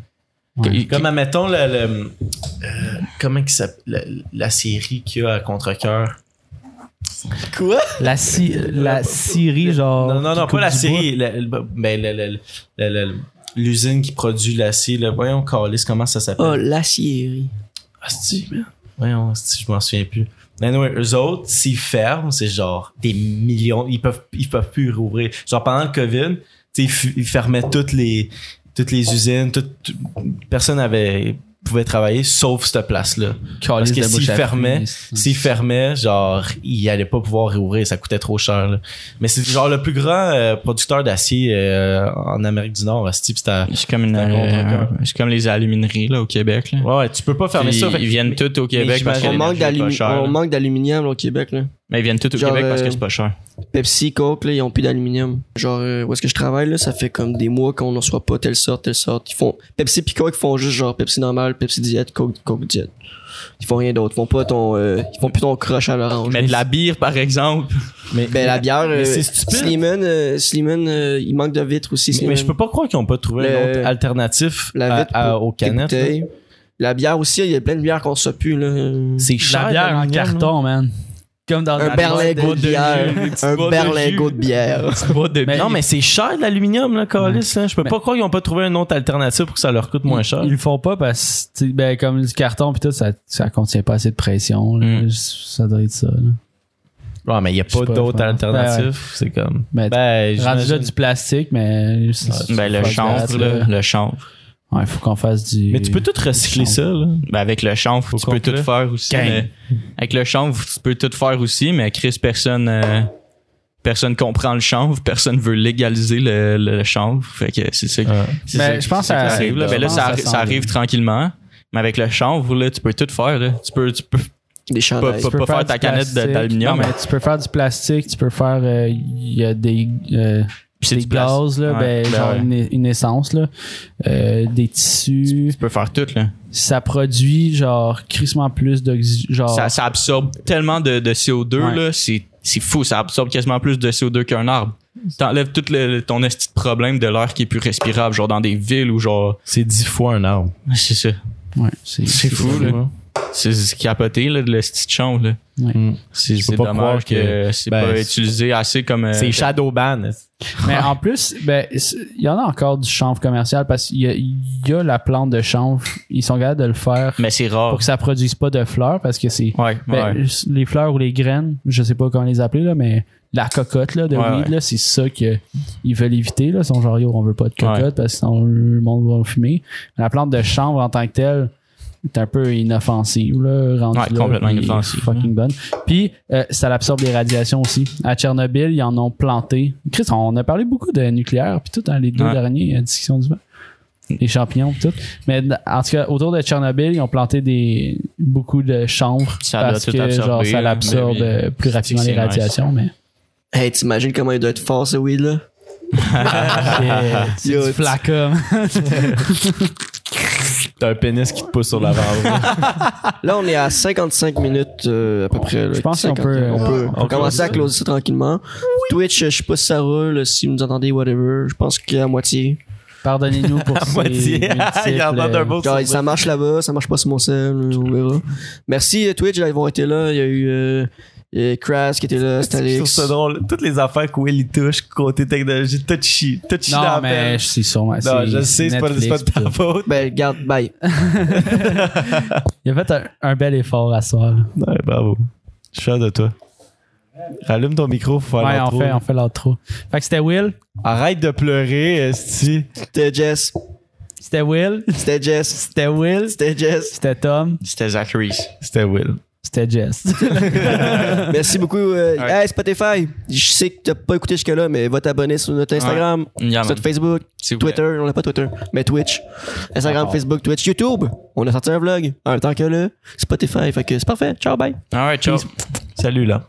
Speaker 4: Ouais.
Speaker 1: Comme, admettons, le, le- euh, comment qu'il s'appelle, la, la série qu'il y a à contre-coeur.
Speaker 2: Quoi?
Speaker 5: La, si- la Syrie, genre.
Speaker 1: Non, non,
Speaker 5: Ah, qui
Speaker 1: non,
Speaker 5: coupe
Speaker 1: pas la
Speaker 5: du bois.
Speaker 1: série. la- le- ben, le- le- le- le- le- L'usine qui produit l'acier, là. Voyons, Carlis, comment ça
Speaker 2: Oh,
Speaker 5: Ah,
Speaker 1: s'appelle?
Speaker 2: l'aciérie.
Speaker 1: Asti, man. Voyons, asti, je m'en souviens plus. Anyway, eux autres, s'ils ferment, c'est genre des millions. Ils peuvent, ils peuvent plus rouvrir. Genre pendant le COVID, tu sais, ils, fu- ils fermaient toutes les, toutes les usines. tout- tout- personne avait, pouvait travailler sauf cette place-là. Parce que
Speaker 5: de
Speaker 1: s'ils
Speaker 5: bouche à
Speaker 1: fermaient,
Speaker 5: fruits,
Speaker 1: s'ils fermaient, Mm. genre, ils allaient pas pouvoir réouvrir, ça coûtait trop cher. là. Mais c'est genre le plus grand euh, producteur d'acier euh, en Amérique du Nord, Asti, pis c'était à-
Speaker 3: C'est comme, une,
Speaker 1: C'est un
Speaker 3: euh,
Speaker 1: contre-cœur.
Speaker 3: c'est comme les alumineries là, au Québec. Là.
Speaker 1: Ouais, ouais, tu peux pas fermer
Speaker 3: Puis
Speaker 1: ça. fait-
Speaker 3: ils viennent tous au Québec parce
Speaker 1: j'imagine-
Speaker 3: que
Speaker 2: On manque,
Speaker 3: l'énergie est pas
Speaker 2: d'alumi-
Speaker 3: chère,
Speaker 2: on
Speaker 3: là.
Speaker 2: manque d'aluminium là, au Québec. Là.
Speaker 3: Mais ils viennent tous au
Speaker 2: Genre,
Speaker 3: Québec parce
Speaker 2: euh,
Speaker 3: que c'est pas cher.
Speaker 2: Pepsi, Coke, là, ils ont plus d'aluminium. Genre, euh, où est-ce que je travaille, là, ça fait comme des mois qu'on n'en reçoit pas telle sorte, telle sorte. Ils font Pepsi puis Coke, ils font juste genre Pepsi normal, Pepsi diète, Coke, Coke diète. Ils font rien d'autre. Ils font pas ton, euh, ils font plus ton crush à l'orange.
Speaker 3: Mais de la bière, par exemple.
Speaker 1: mais,
Speaker 2: Ben la bière, euh,
Speaker 1: c'est stupide.
Speaker 2: Slimane, euh, Slimane, euh, il manque de vitre aussi.
Speaker 1: mais,
Speaker 2: Slimane.
Speaker 1: mais je peux pas croire qu'ils ont pas trouvé
Speaker 2: Le-
Speaker 1: un autre alternatif
Speaker 2: la
Speaker 1: à-
Speaker 2: vitre
Speaker 1: à-
Speaker 2: pour
Speaker 1: aux
Speaker 2: Des
Speaker 1: canettes. là.
Speaker 2: bouteilles. La bière aussi, il y a plein de bières qu'on se pue là. Euh,
Speaker 1: C'est
Speaker 4: De
Speaker 1: cher.
Speaker 4: La bière en
Speaker 1: l'aluminium, là.
Speaker 4: carton, man. Comme dans
Speaker 2: Un
Speaker 4: la-
Speaker 2: berlingot de
Speaker 3: de
Speaker 2: bière. <laughs>
Speaker 3: jus, des petites
Speaker 2: Un
Speaker 3: boîtes de
Speaker 2: berlingot de bière.
Speaker 4: Mais
Speaker 1: Non,
Speaker 4: ils-
Speaker 1: mais c'est cher de l'aluminium, là, Carlis. là. Je peux
Speaker 4: Mais- Mm.
Speaker 1: pas croire qu'ils ont pas trouvé un autre alternatif pour que ça leur coûte moins
Speaker 4: ils-
Speaker 1: cher.
Speaker 4: Ils le font pas parce que, tu sais, ben, comme du carton, pis tout, ça, ça contient pas assez de pression. là.
Speaker 3: Mm.
Speaker 4: Ça doit être ça. là.
Speaker 1: Ouais, mais il y a
Speaker 4: Je sais
Speaker 1: pas
Speaker 4: pas,
Speaker 1: d'autre
Speaker 4: ouais.
Speaker 1: alternatif. C'est comme.
Speaker 4: Mais
Speaker 1: Ben,
Speaker 4: Rendu là
Speaker 1: j'imagine-
Speaker 4: du plastique, mais. c'est-
Speaker 3: Ben, le
Speaker 4: faut
Speaker 3: chanvre,
Speaker 4: faire
Speaker 3: là.
Speaker 4: ça.
Speaker 3: Le chanvre.
Speaker 4: Ouais, faut qu'on fasse du.
Speaker 1: Mais tu peux tout recycler ça, là.
Speaker 3: Ben, avec le chanvre,
Speaker 1: Au
Speaker 3: tu peux
Speaker 1: complet.
Speaker 3: tout faire aussi.
Speaker 1: Gang.
Speaker 3: mais- avec le chanvre, tu peux tout faire aussi, mais Chris, personne, euh, personne comprend le chanvre, personne veut légaliser le, le, le chanvre. Fait que c'est ça. c'est
Speaker 4: Mais
Speaker 3: ça-
Speaker 4: Ben, je pense
Speaker 3: c'est ça
Speaker 4: que
Speaker 3: qui
Speaker 4: ça-
Speaker 3: arrive. Là.
Speaker 4: je
Speaker 3: Ben là,
Speaker 4: pense
Speaker 3: ça,
Speaker 4: que
Speaker 3: arri-
Speaker 4: ça
Speaker 3: ça arrive tranquillement. Mais avec le chanvre, là, tu peux tout faire. Là. Tu peux, tu peux
Speaker 2: Des
Speaker 3: pas,
Speaker 2: chandails.
Speaker 3: pas- pas faire
Speaker 4: du
Speaker 3: ta canette de-
Speaker 4: plastique.
Speaker 3: d'aluminium. hein.
Speaker 4: Non, mais tu peux faire du plastique, tu peux faire. euh, Il y a des. euh,
Speaker 3: Puis c'est
Speaker 4: des
Speaker 3: du plastique.
Speaker 4: gaz, là,
Speaker 3: Ouais,
Speaker 4: ben,
Speaker 3: ben
Speaker 4: genre
Speaker 3: ouais.
Speaker 4: une, une essence, là, euh, des tissus.
Speaker 3: Tu peux faire tout. Là.
Speaker 4: Ça produit genre crissement plus d'oxygène. Genre,
Speaker 3: Ça, ça absorbe tellement de, de CO2.
Speaker 4: Ah. Ouais.
Speaker 3: là, C'est c'est fou. Ça absorbe quasiment plus de CO2 qu'un arbre. T'enlèves tout le, le- ton esti de problème de l'air qui est plus respirable, genre dans des villes ou genre.
Speaker 1: C'est dix fois un arbre.
Speaker 3: C'est ça.
Speaker 4: ouais, c'est
Speaker 3: C'est fou, là. C'est c'est capoté, là, de le petit champ, là.
Speaker 4: Ouais.
Speaker 1: Mm.
Speaker 3: C'est
Speaker 1: peux
Speaker 3: c'est
Speaker 1: pas croire
Speaker 3: dommage que,
Speaker 1: que-
Speaker 3: c'est
Speaker 1: ben,
Speaker 3: pas
Speaker 1: c'est-
Speaker 3: utilisé assez comme. euh,
Speaker 1: C'est Shadowban.
Speaker 4: Mais en plus, ben, c'est- il y en a encore du chanvre commercial parce qu'il y, a- il y a la plante de chanvre. Ils sont capables de le faire
Speaker 3: Mais c'est rare.
Speaker 4: pour que ça produise pas de fleurs parce que c'est.
Speaker 3: Ouais,
Speaker 4: ben,
Speaker 3: ouais.
Speaker 4: Les fleurs ou les graines, je sais pas comment les appeler, là, mais la cocotte là, de
Speaker 3: Ouais,
Speaker 4: weed,
Speaker 3: ouais.
Speaker 4: là, c'est ça qu'ils veulent éviter. Là, son genre, yo, on veut pas de cocotte
Speaker 3: Ouais.
Speaker 4: parce que sinon le monde va le fumer. La plante de chanvre en tant que telle est un peu inoffensive. Là, rendue
Speaker 3: Ouais,
Speaker 4: là,
Speaker 3: complètement
Speaker 4: puis
Speaker 3: inoffensive.
Speaker 4: Fucking bonne. Puis, euh, ça absorbe les radiations aussi. À Tchernobyl, ils en ont planté. Chris, on a parlé beaucoup de nucléaire, puis tout dans les deux
Speaker 3: Ouais.
Speaker 4: derniers euh, discussions du vent. Les champignons, puis tout. Mais d- en tout cas, autour de Tchernobyl, ils ont planté des, beaucoup de chanvre
Speaker 3: Ça doit
Speaker 4: parce
Speaker 3: tout
Speaker 4: que
Speaker 3: absorber,
Speaker 4: genre, ça
Speaker 3: là,
Speaker 4: l'absorbe
Speaker 3: mais oui.
Speaker 4: euh, plus
Speaker 3: C'est
Speaker 4: rapidement
Speaker 3: que
Speaker 4: les
Speaker 3: c'est nice. <laughs>
Speaker 4: radiations. Mais
Speaker 2: Hey, t'imagines comment il doit être fort ce weed là?
Speaker 4: c'est
Speaker 2: Yo,
Speaker 4: du
Speaker 2: tu-
Speaker 4: flacon.
Speaker 1: <laughs> T'as un pénis qui te pousse sur <laughs> l'avant.
Speaker 2: Là, on est à 55 minutes euh, à peu près. là.
Speaker 4: Je pense qu'on
Speaker 2: 50,
Speaker 4: peut-
Speaker 2: on peut, on peut
Speaker 1: on
Speaker 2: commencer
Speaker 1: peut-
Speaker 2: à closer ça tranquillement. Twitch, euh, je sais pas si ça roule, si vous nous entendez, whatever. Je pense qu'à moitié.
Speaker 4: Pardonnez-nous pour ces
Speaker 1: moitié. <laughs> Il y en a
Speaker 4: multiples, euh,
Speaker 1: d'un beau
Speaker 2: Genre, ça marche là-bas, ça marche pas sur mon sel, euh, on verra. Merci euh, Twitch, là, ils vont être là. Il y a eu euh, euh, Crash qui était là, c'était
Speaker 1: Je trouve
Speaker 2: Alex.
Speaker 1: ça drôle. Toutes les affaires que Will il touche côté technologie, tout chi, tout chi dans
Speaker 4: Non,
Speaker 1: la
Speaker 4: mais
Speaker 1: peine.
Speaker 4: c'est sûrement.
Speaker 1: Non, je le sais, c'est pas, c'est pas
Speaker 4: Netflix,
Speaker 1: de ta
Speaker 4: tout.
Speaker 1: faute.
Speaker 2: Ben, garde, bye.
Speaker 4: Il a fait un, un bel effort à ce soir.
Speaker 1: Ouais, bravo. Je suis fier de toi. Rallume ton micro pour faire
Speaker 4: Ouais, on
Speaker 1: l'intro.
Speaker 4: fait, on fait l'outro. Fait que c'était Will.
Speaker 1: Arrête de pleurer, Esti.
Speaker 2: C'était Jess.
Speaker 5: C'était Will.
Speaker 2: C'était Jess.
Speaker 5: C'était Will.
Speaker 2: C'était Jess.
Speaker 5: C'était Tom.
Speaker 3: C'était Zachary's.
Speaker 1: C'était Will.
Speaker 5: C'était Jess.
Speaker 2: Merci beaucoup. euh, Hey, Spotify, je sais que t'as pas écouté jusque-là, mais va t'abonner sur notre Instagram,
Speaker 3: Yeah,
Speaker 2: sur
Speaker 3: man.
Speaker 2: notre Facebook,
Speaker 3: S'il vous plaît.
Speaker 2: Twitter, on n'a pas Twitter, mais Twitch, Instagram, Facebook, Twitch, YouTube. On a sorti un vlog, en tant que là, Spotify, fait que c'est parfait. Ciao, bye.
Speaker 3: All right, ciao.
Speaker 1: Salut là.